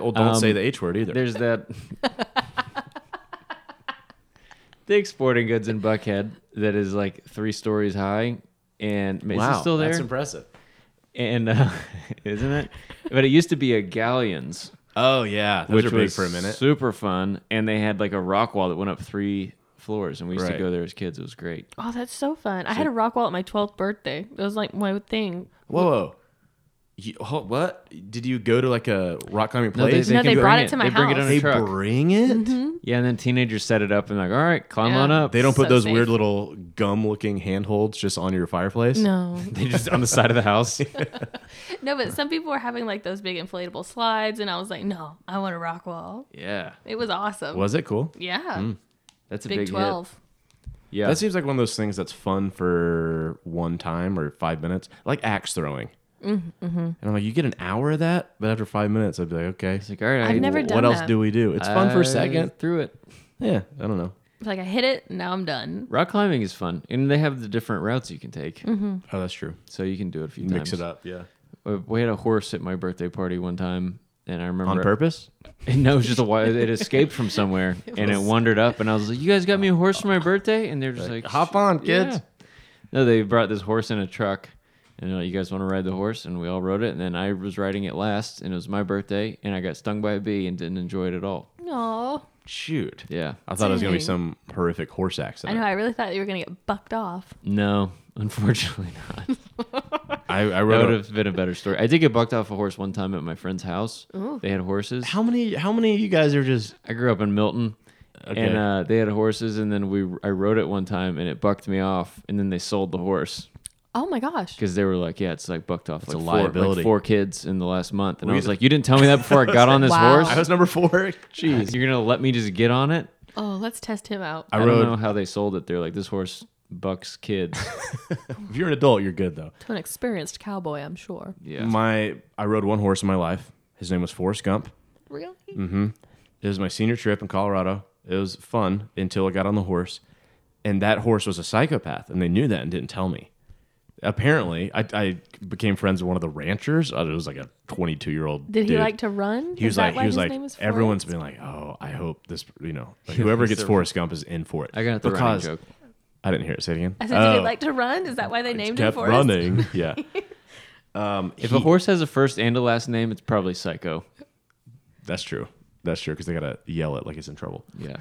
Speaker 2: Well, don't say the H word either.
Speaker 3: Um, There's that [LAUGHS] big sporting goods in Buckhead that is like three stories high, and is it still there?
Speaker 2: That's impressive.
Speaker 3: and uh, [LAUGHS] isn't it? But it used to be a galleons,
Speaker 2: Oh yeah, those
Speaker 3: which
Speaker 2: are big
Speaker 3: was
Speaker 2: for a minute.
Speaker 3: super fun, and they had like a rock wall that went up three floors, and we used
Speaker 2: Right.
Speaker 3: to go there as kids. It was great.
Speaker 4: Oh, that's so fun. I had a rock wall at my 12th birthday. It was like my thing.
Speaker 2: Whoa, whoa. You, ho- what did you go to like a rock climbing
Speaker 3: No, they-
Speaker 2: place?
Speaker 3: they
Speaker 4: No, they
Speaker 3: can
Speaker 4: brought
Speaker 3: bring
Speaker 4: it to my
Speaker 3: They bring it
Speaker 4: house.
Speaker 3: on a
Speaker 2: They
Speaker 3: truck. Mm-hmm.
Speaker 2: bring it.
Speaker 3: Yeah, and then teenagers set it up and like, all right, climb
Speaker 4: Yeah.
Speaker 3: on up.
Speaker 2: They don't put
Speaker 4: So
Speaker 2: those weird
Speaker 4: safe.
Speaker 2: little gum-looking handholds just on your fireplace. [LAUGHS]
Speaker 4: No.
Speaker 3: they just [LAUGHS] on the side of the house.
Speaker 4: [LAUGHS] No, but some people were having like those big inflatable slides, and I was like, no, I want a rock wall.
Speaker 3: yeah,
Speaker 4: It was awesome.
Speaker 2: Was it cool?
Speaker 4: Yeah.
Speaker 3: that's a
Speaker 4: Big,
Speaker 3: big, hit.
Speaker 4: 12.
Speaker 3: Yeah,
Speaker 2: That seems like one of those things that's fun for one time or five minutes, like axe throwing.
Speaker 4: Mm, mm-hmm.
Speaker 2: And I'm like, you get an hour of that, but after five minutes, I'd be like, okay,
Speaker 3: it's like all right.
Speaker 4: I've never
Speaker 2: what
Speaker 4: done
Speaker 2: else
Speaker 4: that.
Speaker 2: do we do? It's fun for a second.
Speaker 3: Through it.
Speaker 2: Yeah, I don't know.
Speaker 4: Like I hit it, now I'm done.
Speaker 3: Rock climbing is fun, and they have the different routes you can take,
Speaker 2: Oh, that's true.
Speaker 3: so you can do it a few times.
Speaker 2: Mix it up, yeah.
Speaker 3: Uh, We had a horse at my birthday party one time, and I remember
Speaker 2: On purpose?
Speaker 3: [LAUGHS] No, it was just a wild. It escaped from somewhere and [LAUGHS] it wandered up, and I was like, "You guys got me a horse for my birthday?" And they're just like,
Speaker 2: Hop on, kids.
Speaker 3: Yeah. No, they brought this horse in a truck, and they're like, "You guys want to ride the horse?" And we all rode it, and then I was riding it last, and it was my birthday, and I got stung by a bee and didn't enjoy it at all.
Speaker 4: Aw.
Speaker 2: Shoot.
Speaker 3: Yeah,
Speaker 2: I thought it was going to be
Speaker 4: Dang.
Speaker 2: some horrific horse
Speaker 4: I
Speaker 2: accident.
Speaker 4: know. I really thought you were going to get bucked off.
Speaker 3: no,
Speaker 2: [LAUGHS]
Speaker 3: unfortunately not.
Speaker 2: I, I,
Speaker 3: That
Speaker 2: wrote
Speaker 3: would
Speaker 2: a-
Speaker 3: have been a better story. I did get bucked off a horse one time at my friend's house. They had horses.
Speaker 2: How many? How many of you guys are just?
Speaker 3: I grew up in Milton,
Speaker 2: Okay.
Speaker 3: and uh, they had horses, and then we I rode it one time, and it bucked me off, and then they sold the horse
Speaker 4: Oh my gosh.
Speaker 3: because they were like, yeah, it's like bucked off like
Speaker 2: a
Speaker 3: four, like
Speaker 2: liability.
Speaker 3: four kids in the last month, and
Speaker 2: We-
Speaker 3: I was like, you didn't tell me
Speaker 2: [LAUGHS]
Speaker 3: that before I got on this
Speaker 4: Wow.
Speaker 3: horse.
Speaker 2: I was number four.
Speaker 3: Jeez, you're gonna let me just get on it?
Speaker 4: Oh, let's test him out.
Speaker 2: [LAUGHS] I
Speaker 3: I, don't know
Speaker 2: rode.
Speaker 3: how they sold it. They're like, this horse bucks kids.
Speaker 2: If you're an adult, you're good though.
Speaker 4: To an experienced cowboy, I'm sure.
Speaker 3: Yeah,
Speaker 2: My I rode one horse in my life. His name was Forrest Gump.
Speaker 4: Really?
Speaker 2: It was my senior trip in Colorado. It was fun until I got on the horse, and that horse was a psychopath, and they knew that and didn't tell me. Apparently, I, I became friends with one of the ranchers. Uh, It was like a 22 year old.
Speaker 4: Did he like to run?
Speaker 2: He
Speaker 4: Is
Speaker 2: was
Speaker 4: that
Speaker 2: like,
Speaker 4: why
Speaker 2: he was
Speaker 4: his
Speaker 2: like,
Speaker 4: name is Forrest?
Speaker 2: everyone's been like, oh, I hope this, you know, like, whoever gets Forrest Gump is in for it.
Speaker 3: I got the running joke.
Speaker 2: I didn't hear it. Say it again. Oh,
Speaker 4: I said, did he like to run? Is that why they named him
Speaker 2: kept
Speaker 4: Forrest? [LAUGHS]
Speaker 2: running. Yeah. um,
Speaker 3: If
Speaker 2: he-
Speaker 3: a horse has a first and a last name, it's probably psycho.
Speaker 2: that's true. That's true because they gotta yell it like it's in trouble. [LAUGHS]
Speaker 3: Yeah,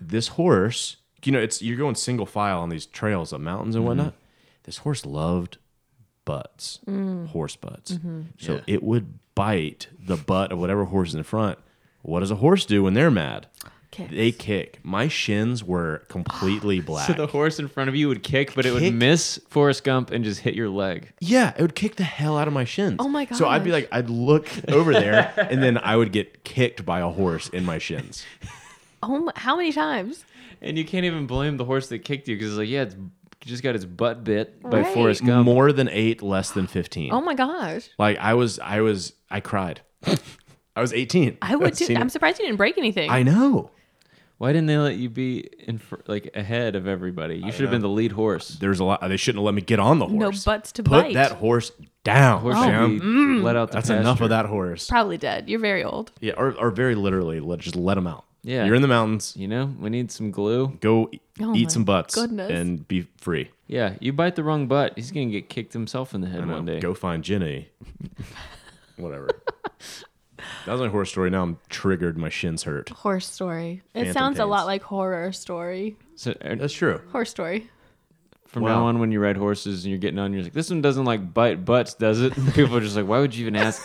Speaker 2: This horse, you know, it's you're going single file on these trails of mountains and
Speaker 4: Mm-hmm.
Speaker 2: whatnot. This horse loved butts,
Speaker 4: Mm.
Speaker 2: horse butts.
Speaker 4: Mm-hmm.
Speaker 2: So
Speaker 3: Yeah.
Speaker 2: it would bite the butt of whatever horse is in front. What does a horse do when they're mad?
Speaker 4: Kicks.
Speaker 2: They kick. My shins were
Speaker 4: [GASPS]
Speaker 2: completely black.
Speaker 3: so the horse in front of you would kick, but it
Speaker 2: Kick?
Speaker 3: would miss Forrest Gump and just hit your leg.
Speaker 2: Yeah, it would kick the hell out of my shins.
Speaker 4: Oh my
Speaker 2: So I'd be
Speaker 4: gosh.
Speaker 2: like, I'd look over there, and then I would get kicked by a horse in my
Speaker 4: [LAUGHS]
Speaker 2: shins.
Speaker 4: Oh, my, how many times?
Speaker 3: And you can't even blame the horse that kicked you because it's like, yeah, it's just got its butt bit by
Speaker 4: Right.
Speaker 3: Forrest Gump.
Speaker 2: More than eight, less than fifteen.
Speaker 4: Oh my gosh.
Speaker 2: Like I was, I was, I cried. I was eighteen.
Speaker 4: I would
Speaker 2: I'd
Speaker 4: too.
Speaker 2: seen it.
Speaker 4: I'm surprised you didn't break anything.
Speaker 2: I know.
Speaker 3: Why didn't they let you be in fr- like ahead of everybody? You should have been the lead horse.
Speaker 2: There's a lot. They shouldn't have let me get on the horse.
Speaker 4: No butts to
Speaker 2: Put
Speaker 4: bite. Mm.
Speaker 2: that horse down.
Speaker 3: Horse
Speaker 2: Jim.
Speaker 3: should be let out. The
Speaker 2: That's enough
Speaker 3: pasture.
Speaker 2: of that horse.
Speaker 4: Probably dead. You're very old.
Speaker 2: Yeah, or, or very literally, let just let him out.
Speaker 3: Yeah.
Speaker 2: you're in the mountains.
Speaker 3: You know, we need some glue.
Speaker 2: Go e-
Speaker 4: Oh my
Speaker 2: eat some butts
Speaker 4: goodness.
Speaker 2: and be free.
Speaker 3: Yeah, you bite the wrong butt, he's gonna get kicked himself in the head
Speaker 2: I know.
Speaker 3: one day.
Speaker 2: uh, Go find
Speaker 4: [LAUGHS]
Speaker 2: Jenny. Whatever. that was my horror story. Now I'm triggered. My shins hurt.
Speaker 4: Horse story. It
Speaker 2: Phantom
Speaker 4: sounds a
Speaker 2: pains.
Speaker 4: lot like horror story.
Speaker 3: So uh,
Speaker 2: That's true.
Speaker 4: Horse story.
Speaker 3: from
Speaker 2: Wow.
Speaker 3: now on, when you ride horses and you're getting on, you're like, this one doesn't like bite butts, does it? [LAUGHS] And people are just like, why would you even ask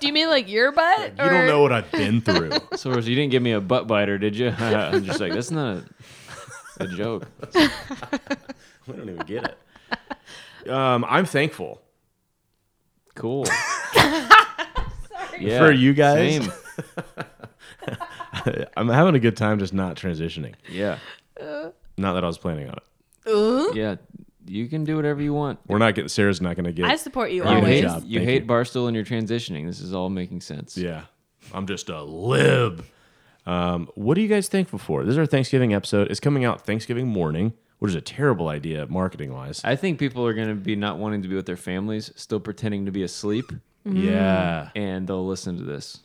Speaker 2: [LAUGHS]
Speaker 4: Do you mean like your butt?
Speaker 2: You don't know what I've been through.
Speaker 3: So you didn't give me a butt biter, did you? [LAUGHS] I'm just like, that's not a, a joke.
Speaker 2: we don't even get [LAUGHS] it. Um, I'm thankful. [LAUGHS]
Speaker 3: Cool. Yeah,
Speaker 2: For you guys.
Speaker 3: Same.
Speaker 2: I'm having a good time just not transitioning.
Speaker 3: Yeah.
Speaker 2: Not that I was planning on it.
Speaker 4: Ooh.
Speaker 3: Yeah. You can do whatever you want.
Speaker 2: We're not getting. Sarah's not going to get.
Speaker 4: I support you
Speaker 2: You
Speaker 3: You
Speaker 2: Good
Speaker 4: always.
Speaker 3: hate,
Speaker 2: job.
Speaker 3: you
Speaker 2: Thank
Speaker 3: hate
Speaker 2: you.
Speaker 3: Barstool and you're transitioning. This is all making sense.
Speaker 2: yeah, I'm just a lib. Um, what are you guys thankful for? This is our Thanksgiving episode. It's coming out Thanksgiving morning, which is a terrible idea marketing wise.
Speaker 3: I think people are going to be not wanting to be with
Speaker 4: Mm-hmm.
Speaker 3: their families, still pretending to be asleep,
Speaker 2: Yeah,
Speaker 3: and they'll listen to this.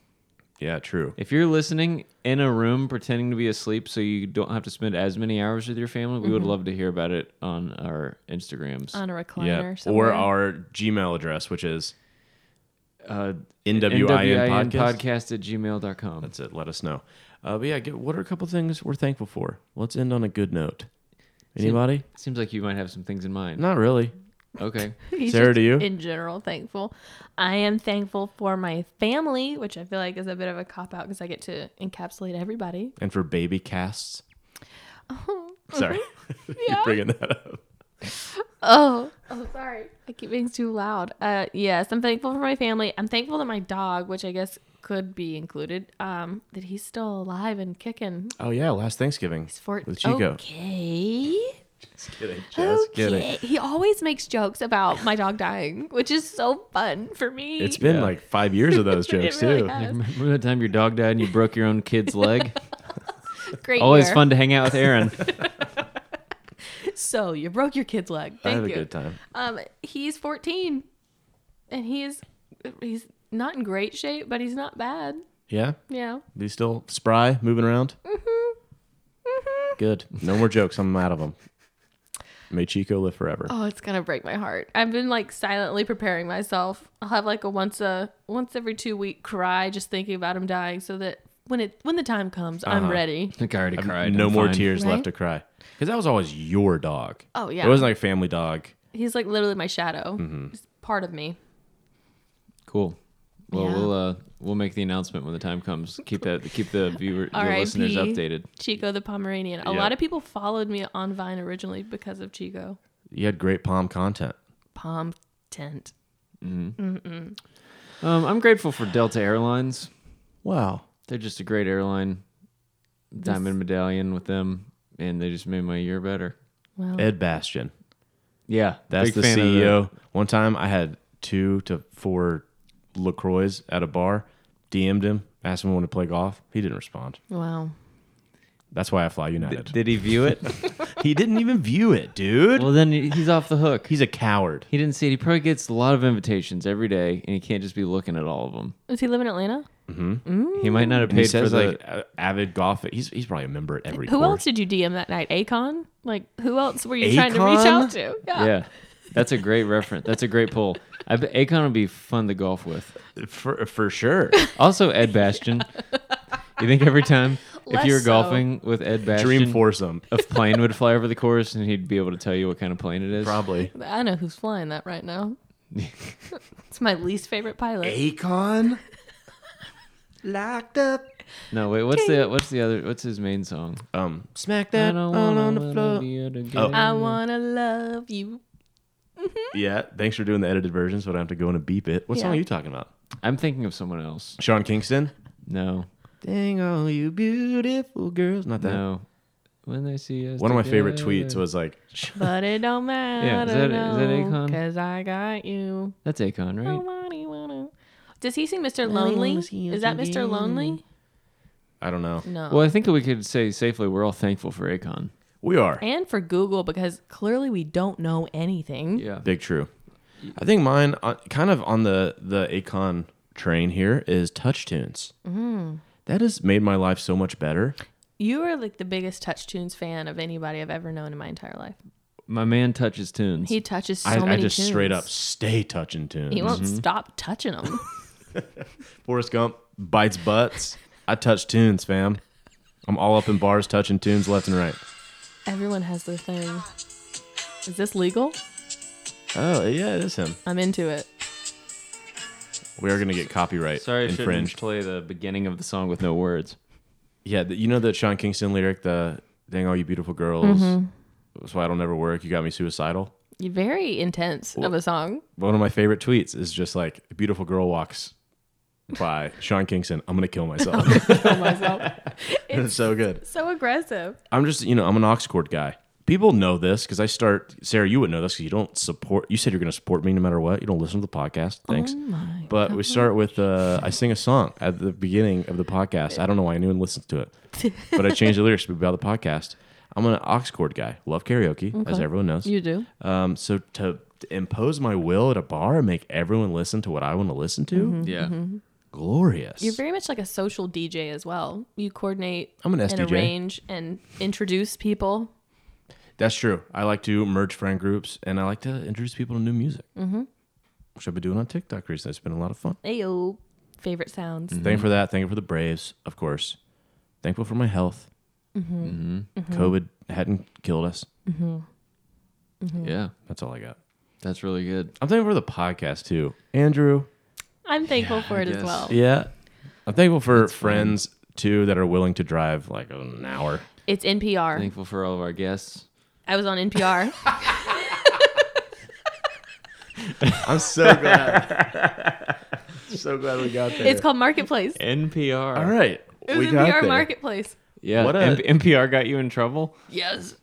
Speaker 2: Yeah, true.
Speaker 3: If you're listening in a room pretending to be asleep so you don't have to spend as many hours with your family, we would love to hear about it on our Instagrams.
Speaker 4: Mm-hmm. on a recliner
Speaker 2: Yeah.
Speaker 4: somewhere.
Speaker 2: Or our Gmail address, which is
Speaker 3: uh,
Speaker 2: NWIN,
Speaker 3: NWIN
Speaker 2: podcast.
Speaker 3: podcast at gmail.com.
Speaker 2: That's it. Let us know. Uh, but yeah, get, what are a couple things we're thankful for? Let's end on a good note. Anybody?
Speaker 3: Seems like you might have some things in mind.
Speaker 2: Not really.
Speaker 4: [LAUGHS]
Speaker 3: Okay.
Speaker 4: [LAUGHS] He's
Speaker 2: Sarah,
Speaker 4: just
Speaker 2: do you?
Speaker 4: In general, thankful. I am thankful for my family, which I feel like is a bit of a cop out because I get to encapsulate everybody.
Speaker 2: And for baby casts.
Speaker 4: Oh,
Speaker 2: [LAUGHS] Sorry. You're
Speaker 4: Yeah.
Speaker 2: bringing that up.
Speaker 4: oh, oh, sorry. I keep being too loud. Uh, yes, I'm thankful for my family. I'm thankful to my dog, which I guess could be included. Um, that he's still alive and kicking.
Speaker 2: Oh, yeah. Last Thanksgiving.
Speaker 4: He's 14.
Speaker 2: With Chico.
Speaker 4: Okay.
Speaker 2: Just kidding. Just kidding.
Speaker 4: Okay. He always makes jokes about my dog dying, which is so fun for me.
Speaker 2: It's been
Speaker 3: Yeah.
Speaker 2: like five years of
Speaker 4: [LAUGHS]
Speaker 2: those jokes,
Speaker 4: really
Speaker 2: too.
Speaker 4: has.
Speaker 3: Remember that time your dog died and you broke your own
Speaker 4: [LAUGHS]
Speaker 3: kid's leg?
Speaker 4: great.
Speaker 3: Always
Speaker 4: year.
Speaker 3: fun to hang out with Aaron.
Speaker 4: So you broke your kid's leg.
Speaker 2: I
Speaker 4: Thank
Speaker 2: had a
Speaker 4: you.
Speaker 2: good time.
Speaker 4: Um, he's 14, and he's he's not in great shape, but he's not bad.
Speaker 2: Yeah?
Speaker 4: Yeah.
Speaker 2: These still spry, moving around? Mm-hmm.
Speaker 4: Mm-hmm.
Speaker 2: Good. No more jokes. I'm out of them. May Chico live forever.
Speaker 4: Oh, it's gonna break my heart. I've been like silently preparing myself. I'll have like a once a once every two week cry just thinking about him dying, so that when it when the time comes,
Speaker 2: Uh-huh.
Speaker 4: I'm ready.
Speaker 3: [LAUGHS] I think I already cried.
Speaker 2: no
Speaker 3: I'm
Speaker 2: more
Speaker 3: fine.
Speaker 2: tears
Speaker 4: Right?
Speaker 2: left to cry. Because that was always your dog.
Speaker 4: Oh, yeah.
Speaker 2: It wasn't like family dog.
Speaker 4: He's like literally my shadow.
Speaker 2: Mm-hmm.
Speaker 4: He's part of me.
Speaker 3: Cool. Well,
Speaker 4: Yeah.
Speaker 3: we'll uh, we'll make the announcement when the time comes. Keep that keep the viewer the
Speaker 4: R.I.P..
Speaker 3: listeners updated.
Speaker 4: Chico the Pomeranian. A
Speaker 2: Yeah.
Speaker 4: lot of people followed me on Vine originally because of Chico.
Speaker 2: You had great palm content.
Speaker 4: Palm tent.
Speaker 3: Um, I'm grateful for Delta Airlines.
Speaker 2: Wow.
Speaker 3: They're just a great airline. Diamond medallion with them, and they just made my year better.
Speaker 4: Well,
Speaker 2: Ed Bastian.
Speaker 3: Yeah,
Speaker 2: That's
Speaker 3: big
Speaker 2: the
Speaker 3: fan of the- E
Speaker 2: CEO. One time I had two to four LaCroix at a bar, DM'd him, asked him when to play golf. He didn't respond.
Speaker 4: wow.
Speaker 2: That's why I fly United.
Speaker 3: Did he view it?
Speaker 2: he didn't even view it, dude.
Speaker 3: [LAUGHS] well, then he's off the hook.
Speaker 2: He's a coward.
Speaker 3: He didn't see it. He probably gets a lot of invitations every day, and he can't just be looking at all of them.
Speaker 4: Does he live in Atlanta?
Speaker 3: He might not have
Speaker 2: And he
Speaker 3: paid for
Speaker 2: says
Speaker 3: the.
Speaker 2: like a- avid golf. He's he's probably a member at every.
Speaker 4: Who
Speaker 2: course.
Speaker 4: else did you DM that night? Akon? Like, who else were you trying to reach
Speaker 2: Akon?
Speaker 4: out to?
Speaker 3: [LAUGHS] yeah, that's a great reference. That's a great pull. I bet Akon would be fun to golf with.
Speaker 2: For for sure.
Speaker 3: Also, Ed Bastion. You think every time if
Speaker 4: Less
Speaker 3: you were
Speaker 4: so.
Speaker 3: golfing with Ed Bastion,
Speaker 2: Dream foursome.
Speaker 3: a plane would fly over the course, and he'd be able to tell you what kind of plane it is.
Speaker 2: Probably.
Speaker 4: I know who's flying that
Speaker 3: [LAUGHS]
Speaker 4: right now. it's my least favorite pilot.
Speaker 2: Akon. Locked up.
Speaker 3: No, wait. What's the what's the other what's his main song?
Speaker 2: Um, smack that all
Speaker 3: wanna
Speaker 2: on the
Speaker 3: wanna
Speaker 2: floor.
Speaker 3: be a together.
Speaker 2: Oh.
Speaker 4: I wanna love you.
Speaker 2: Yeah, thanks for doing the edited version, so I don't have to go in and beep it. What song
Speaker 4: Yeah.
Speaker 2: are you talking about?
Speaker 3: I'm thinking of someone else.
Speaker 2: Sean Kingston.
Speaker 3: No,
Speaker 2: Dang all you beautiful girls. Not that.
Speaker 3: no. When they see us.
Speaker 2: One of my favorite
Speaker 3: together.
Speaker 2: tweets was like,
Speaker 4: But it don't
Speaker 3: [LAUGHS]
Speaker 4: matter.
Speaker 3: Yeah, is that- is that Akon?
Speaker 4: Because I got you.
Speaker 3: That's Akon,
Speaker 4: I
Speaker 2: Oh.
Speaker 3: right?
Speaker 4: wanna- wanna- Does he sing Mr. Lonely? Is that Mr. Lonely?
Speaker 2: I don't know.
Speaker 4: No.
Speaker 3: Well, I think we could say safely we're all thankful for Akon.
Speaker 2: We are.
Speaker 4: And for Google, because clearly we don't know anything.
Speaker 3: Yeah.
Speaker 2: Big true. I think mine, uh, kind of on the the Akon train here, is Touch Tunes. That has made my life so much better.
Speaker 4: You are like the biggest Touch Tunes fan of anybody I've ever known in my entire life.
Speaker 3: My man touches tunes.
Speaker 4: He touches so
Speaker 2: I,
Speaker 4: many
Speaker 2: I just
Speaker 4: tunes.
Speaker 2: straight up stay touching tunes.
Speaker 4: He won't
Speaker 3: Mm-hmm.
Speaker 4: stop touching
Speaker 3: [LAUGHS]
Speaker 4: them.
Speaker 2: Forrest Gump bites butts. I touch tunes, fam. I'm all up in bars touching tunes left and right.
Speaker 4: Everyone has their thing. Is this legal?
Speaker 2: Oh yeah, it is him.
Speaker 4: I'm into it.
Speaker 2: We are gonna get copyright
Speaker 3: Sorry, I shouldn't
Speaker 2: infringed.
Speaker 3: play the beginning of the song with no words.
Speaker 2: Yeah, the, you know that Sean Kingston lyric, the "Dang all you beautiful girls,
Speaker 4: Mm-hmm.
Speaker 2: that's why it'll never work. You got me suicidal."
Speaker 4: You're very intense of a song.
Speaker 2: One of my favorite tweets is just like, "A "Beautiful girl walks by, Sean Kingston. I'm gonna kill myself."
Speaker 4: [LAUGHS] Kill myself.
Speaker 2: [LAUGHS] it's so good.
Speaker 4: so aggressive.
Speaker 2: I'm just, you know, I'm an Oxcord guy. People know this because I start. Sarah, you would know this because you don't support. You said you're gonna support me no matter what. You don't listen to the podcast. Thanks.
Speaker 4: Oh My
Speaker 2: But we start with uh, I sing a song at the beginning of the podcast. I don't know why anyone listens to
Speaker 4: [LAUGHS]
Speaker 2: it, but I changed the lyrics to be about the podcast. I'm an Oxcord guy. Love karaoke, as everyone knows.
Speaker 4: You do.
Speaker 2: Um, so to, to impose my will at a bar and make everyone listen to what I want to listen to,
Speaker 3: Yeah.
Speaker 2: glorious.
Speaker 4: Mm-hmm. You're very much like a social DJ as well. You coordinate
Speaker 2: I'm an
Speaker 4: and
Speaker 2: SDJ.
Speaker 4: arrange and introduce people.
Speaker 2: That's true. I like to merge friend groups and I like to introduce people to new music, mm-hmm. which I've been doing on TikTok recently. It's been a lot of fun.
Speaker 4: Ayo. Favorite sounds.
Speaker 3: Mm.
Speaker 2: Thankful for that. Thankful for the Braves, of course. Thankful for my health. Mm-hmm. COVID hadn't killed us. mm-hmm.
Speaker 3: Yeah,
Speaker 2: That's all I got.
Speaker 3: that's really good.
Speaker 2: I'm thankful for the podcast too, Andrew.
Speaker 4: I'm thankful for it as
Speaker 3: guess.
Speaker 4: well.
Speaker 2: Yeah, I'm thankful for friends too that are willing to drive like an hour.
Speaker 4: It's NPR.
Speaker 3: Thankful for all of our guests.
Speaker 4: I was on
Speaker 3: [LAUGHS]
Speaker 4: NPR.
Speaker 2: I'm so glad. [LAUGHS] so glad we got there.
Speaker 4: it's called Marketplace.
Speaker 3: NPR.
Speaker 2: all right.
Speaker 4: It
Speaker 2: we
Speaker 4: was
Speaker 2: got
Speaker 4: NPR
Speaker 2: there.
Speaker 4: Marketplace.
Speaker 3: Yeah.
Speaker 2: What a-
Speaker 3: M- NPR got you in trouble.
Speaker 4: Yes.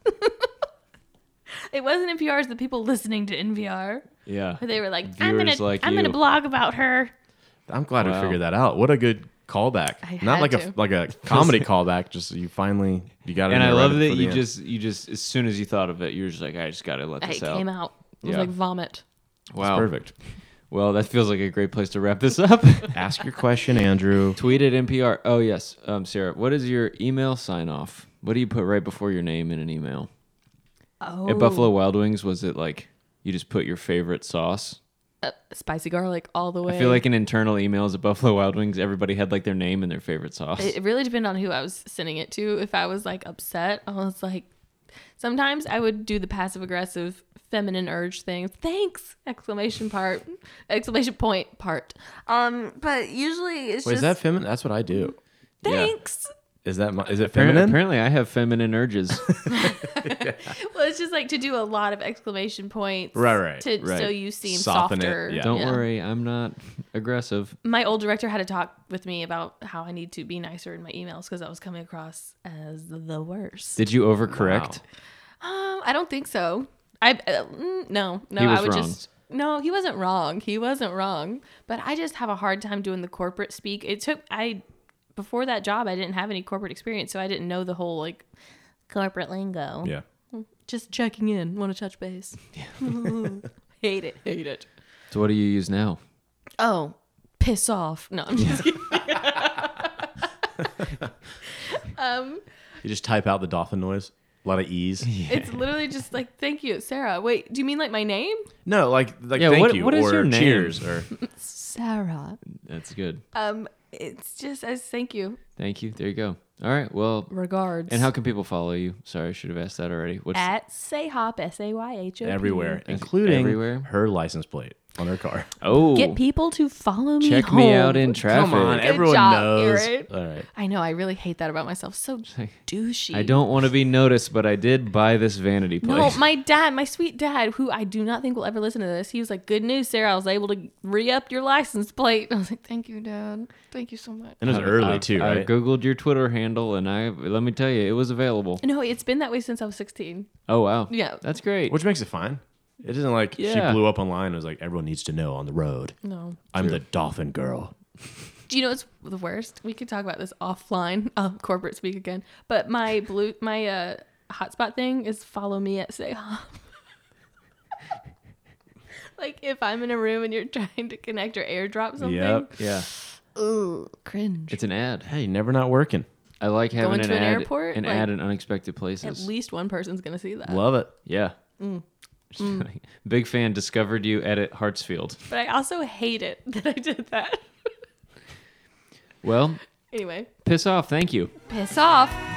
Speaker 4: [LAUGHS] it wasn't NPR. It's the people listening to NPR.
Speaker 3: Yeah.
Speaker 4: But they were like, I'm gonna,
Speaker 3: Viewers like
Speaker 4: I'm gonna
Speaker 3: you.
Speaker 4: blog about her.
Speaker 2: I'm glad
Speaker 3: Wow.
Speaker 2: we figured that out. What a good callback.
Speaker 4: I
Speaker 2: Not
Speaker 4: had
Speaker 2: like
Speaker 4: to.
Speaker 2: a
Speaker 3: [LAUGHS]
Speaker 2: like a comedy callback. Just you finally you got it.
Speaker 3: And
Speaker 2: in
Speaker 3: I
Speaker 2: there right
Speaker 3: love
Speaker 2: at-
Speaker 3: that
Speaker 2: for the
Speaker 3: you
Speaker 2: end.
Speaker 3: just you just as soon as you thought of it, you were just like, I just gotta let
Speaker 4: I
Speaker 3: this
Speaker 4: came out. It was
Speaker 3: Yeah.
Speaker 4: like vomit.
Speaker 3: Wow.
Speaker 2: perfect.
Speaker 3: Well, that feels like a great place to wrap
Speaker 2: [LAUGHS]
Speaker 3: this up.
Speaker 2: Ask your question, Andrew.
Speaker 3: Tweet at NPR. Oh yes, um, Sarah. What is your email sign off? What do you put right before your name in an email?
Speaker 4: Oh.
Speaker 3: At Buffalo Wild Wings, was it like you just put your favorite sauce?
Speaker 4: Uh, spicy garlic all the way.
Speaker 3: I feel like in internal emails at Buffalo Wild Wings, everybody had like their name and their favorite sauce.
Speaker 4: it it really depended on who I was sending it to. If I was like upset, I was like, sometimes I would do the passive aggressive feminine urge thing. Thanks! Exclamation part, exclamation point part. Um, but usually it's
Speaker 2: Wait, is
Speaker 4: just
Speaker 2: that feminine? That's what I do.
Speaker 3: yeah.
Speaker 4: thanks.
Speaker 2: Is that my, is it
Speaker 3: Appar-
Speaker 2: feminine?
Speaker 3: Apparently, I have feminine urges.
Speaker 4: Well, it's just like to do a lot of exclamation points,
Speaker 2: Right, right,
Speaker 4: to,
Speaker 2: right.
Speaker 4: So you seem
Speaker 2: Soften it,
Speaker 4: softer.
Speaker 2: yeah.
Speaker 3: Don't worry, I'm not aggressive.
Speaker 4: My old director had a talk with me about how I need to be nicer in my emails because I was coming across as the worst.
Speaker 3: Did you overcorrect?
Speaker 2: Wow.
Speaker 4: Um, I don't think so. I uh, mm, no no.
Speaker 3: He was
Speaker 4: I would
Speaker 3: wrong.
Speaker 4: just no. He wasn't wrong. He wasn't wrong. But I just have a hard time doing the corporate speak. It took I before that job. I didn't have any corporate experience, so I didn't know the whole like corporate lingo.
Speaker 2: Yeah.
Speaker 4: Just checking in. Want to touch base? [LAUGHS] hate it. Hate it.
Speaker 3: So what do you use now?
Speaker 4: Oh, piss off. No, [LAUGHS] I'm just kidding. um,
Speaker 2: You just type out the dolphin noise. A lot of ease.
Speaker 4: it's literally just like thank you, Sarah. Wait, do you mean like my name,
Speaker 2: No, like like
Speaker 3: Yeah,
Speaker 2: thank
Speaker 3: what-
Speaker 2: you
Speaker 3: what is
Speaker 2: or
Speaker 3: your name?
Speaker 2: cheers
Speaker 4: [LAUGHS]
Speaker 2: or
Speaker 4: Sarah?
Speaker 3: That's good.
Speaker 4: Um, it's just as thank you,
Speaker 3: Thank you. There you go. All right. Well,
Speaker 4: regards.
Speaker 3: and how can people follow you? Sorry, I should have asked that already. What's
Speaker 4: at sayhop s a y h o p.
Speaker 2: everywhere, including
Speaker 3: everywhere?
Speaker 2: her license plate on her
Speaker 3: [LAUGHS]
Speaker 2: car.
Speaker 3: oh?
Speaker 4: Get people to follow me.
Speaker 3: check me
Speaker 4: home.
Speaker 3: out in traffic.
Speaker 2: Come on,
Speaker 4: Good
Speaker 2: everyone
Speaker 4: job,
Speaker 2: knows.
Speaker 4: Garrett.
Speaker 2: All right.
Speaker 4: I know. I really hate that about myself. So douchey.
Speaker 3: I don't want to be noticed, but I did buy this vanity
Speaker 4: No,
Speaker 3: plate.
Speaker 4: my dad, my sweet dad, who I do not think will ever listen to this, he was like, "Good news, Sarah. I was able to re-up your license plate." [LAUGHS] I was like, "Thank you, Dad. Thank you so much."
Speaker 2: And it was early
Speaker 3: I've-
Speaker 2: too,
Speaker 3: I
Speaker 2: right?
Speaker 3: googled your Twitter handle, and I let me tell you, it was available.
Speaker 4: No, it's been that way since I was 16.
Speaker 3: Oh wow,
Speaker 4: Yeah.
Speaker 3: that's great.
Speaker 2: Which makes it fine. It isn't like
Speaker 3: Yeah.
Speaker 2: she blew up online and was like, everyone needs to know on the road.
Speaker 4: No.
Speaker 2: I'm the dolphin girl.
Speaker 4: Do you know what's the worst? We could talk about this offline, [LAUGHS] um, corporate speak again. But my blue, my uh, hotspot thing is follow me at say hop. [LAUGHS] like if I'm in a room and you're [LAUGHS] trying to connect or airdrop something.
Speaker 2: Yep.
Speaker 3: yeah,
Speaker 4: Ooh, cringe.
Speaker 3: it's an ad.
Speaker 2: Hey, never not working.
Speaker 3: I like having
Speaker 4: Going
Speaker 3: an,
Speaker 4: to an
Speaker 3: ad,
Speaker 4: airport,
Speaker 3: an
Speaker 4: like-
Speaker 3: ad in unexpected
Speaker 4: At
Speaker 3: places.
Speaker 4: least Mm. one person's gonna see that.
Speaker 2: Love it.
Speaker 3: yeah. Big fan discovered you at Hartsfield.
Speaker 4: But I also hate it [LAUGHS] that I did that.
Speaker 3: Well,
Speaker 4: anyway,
Speaker 3: piss off. Thank you.
Speaker 4: piss off.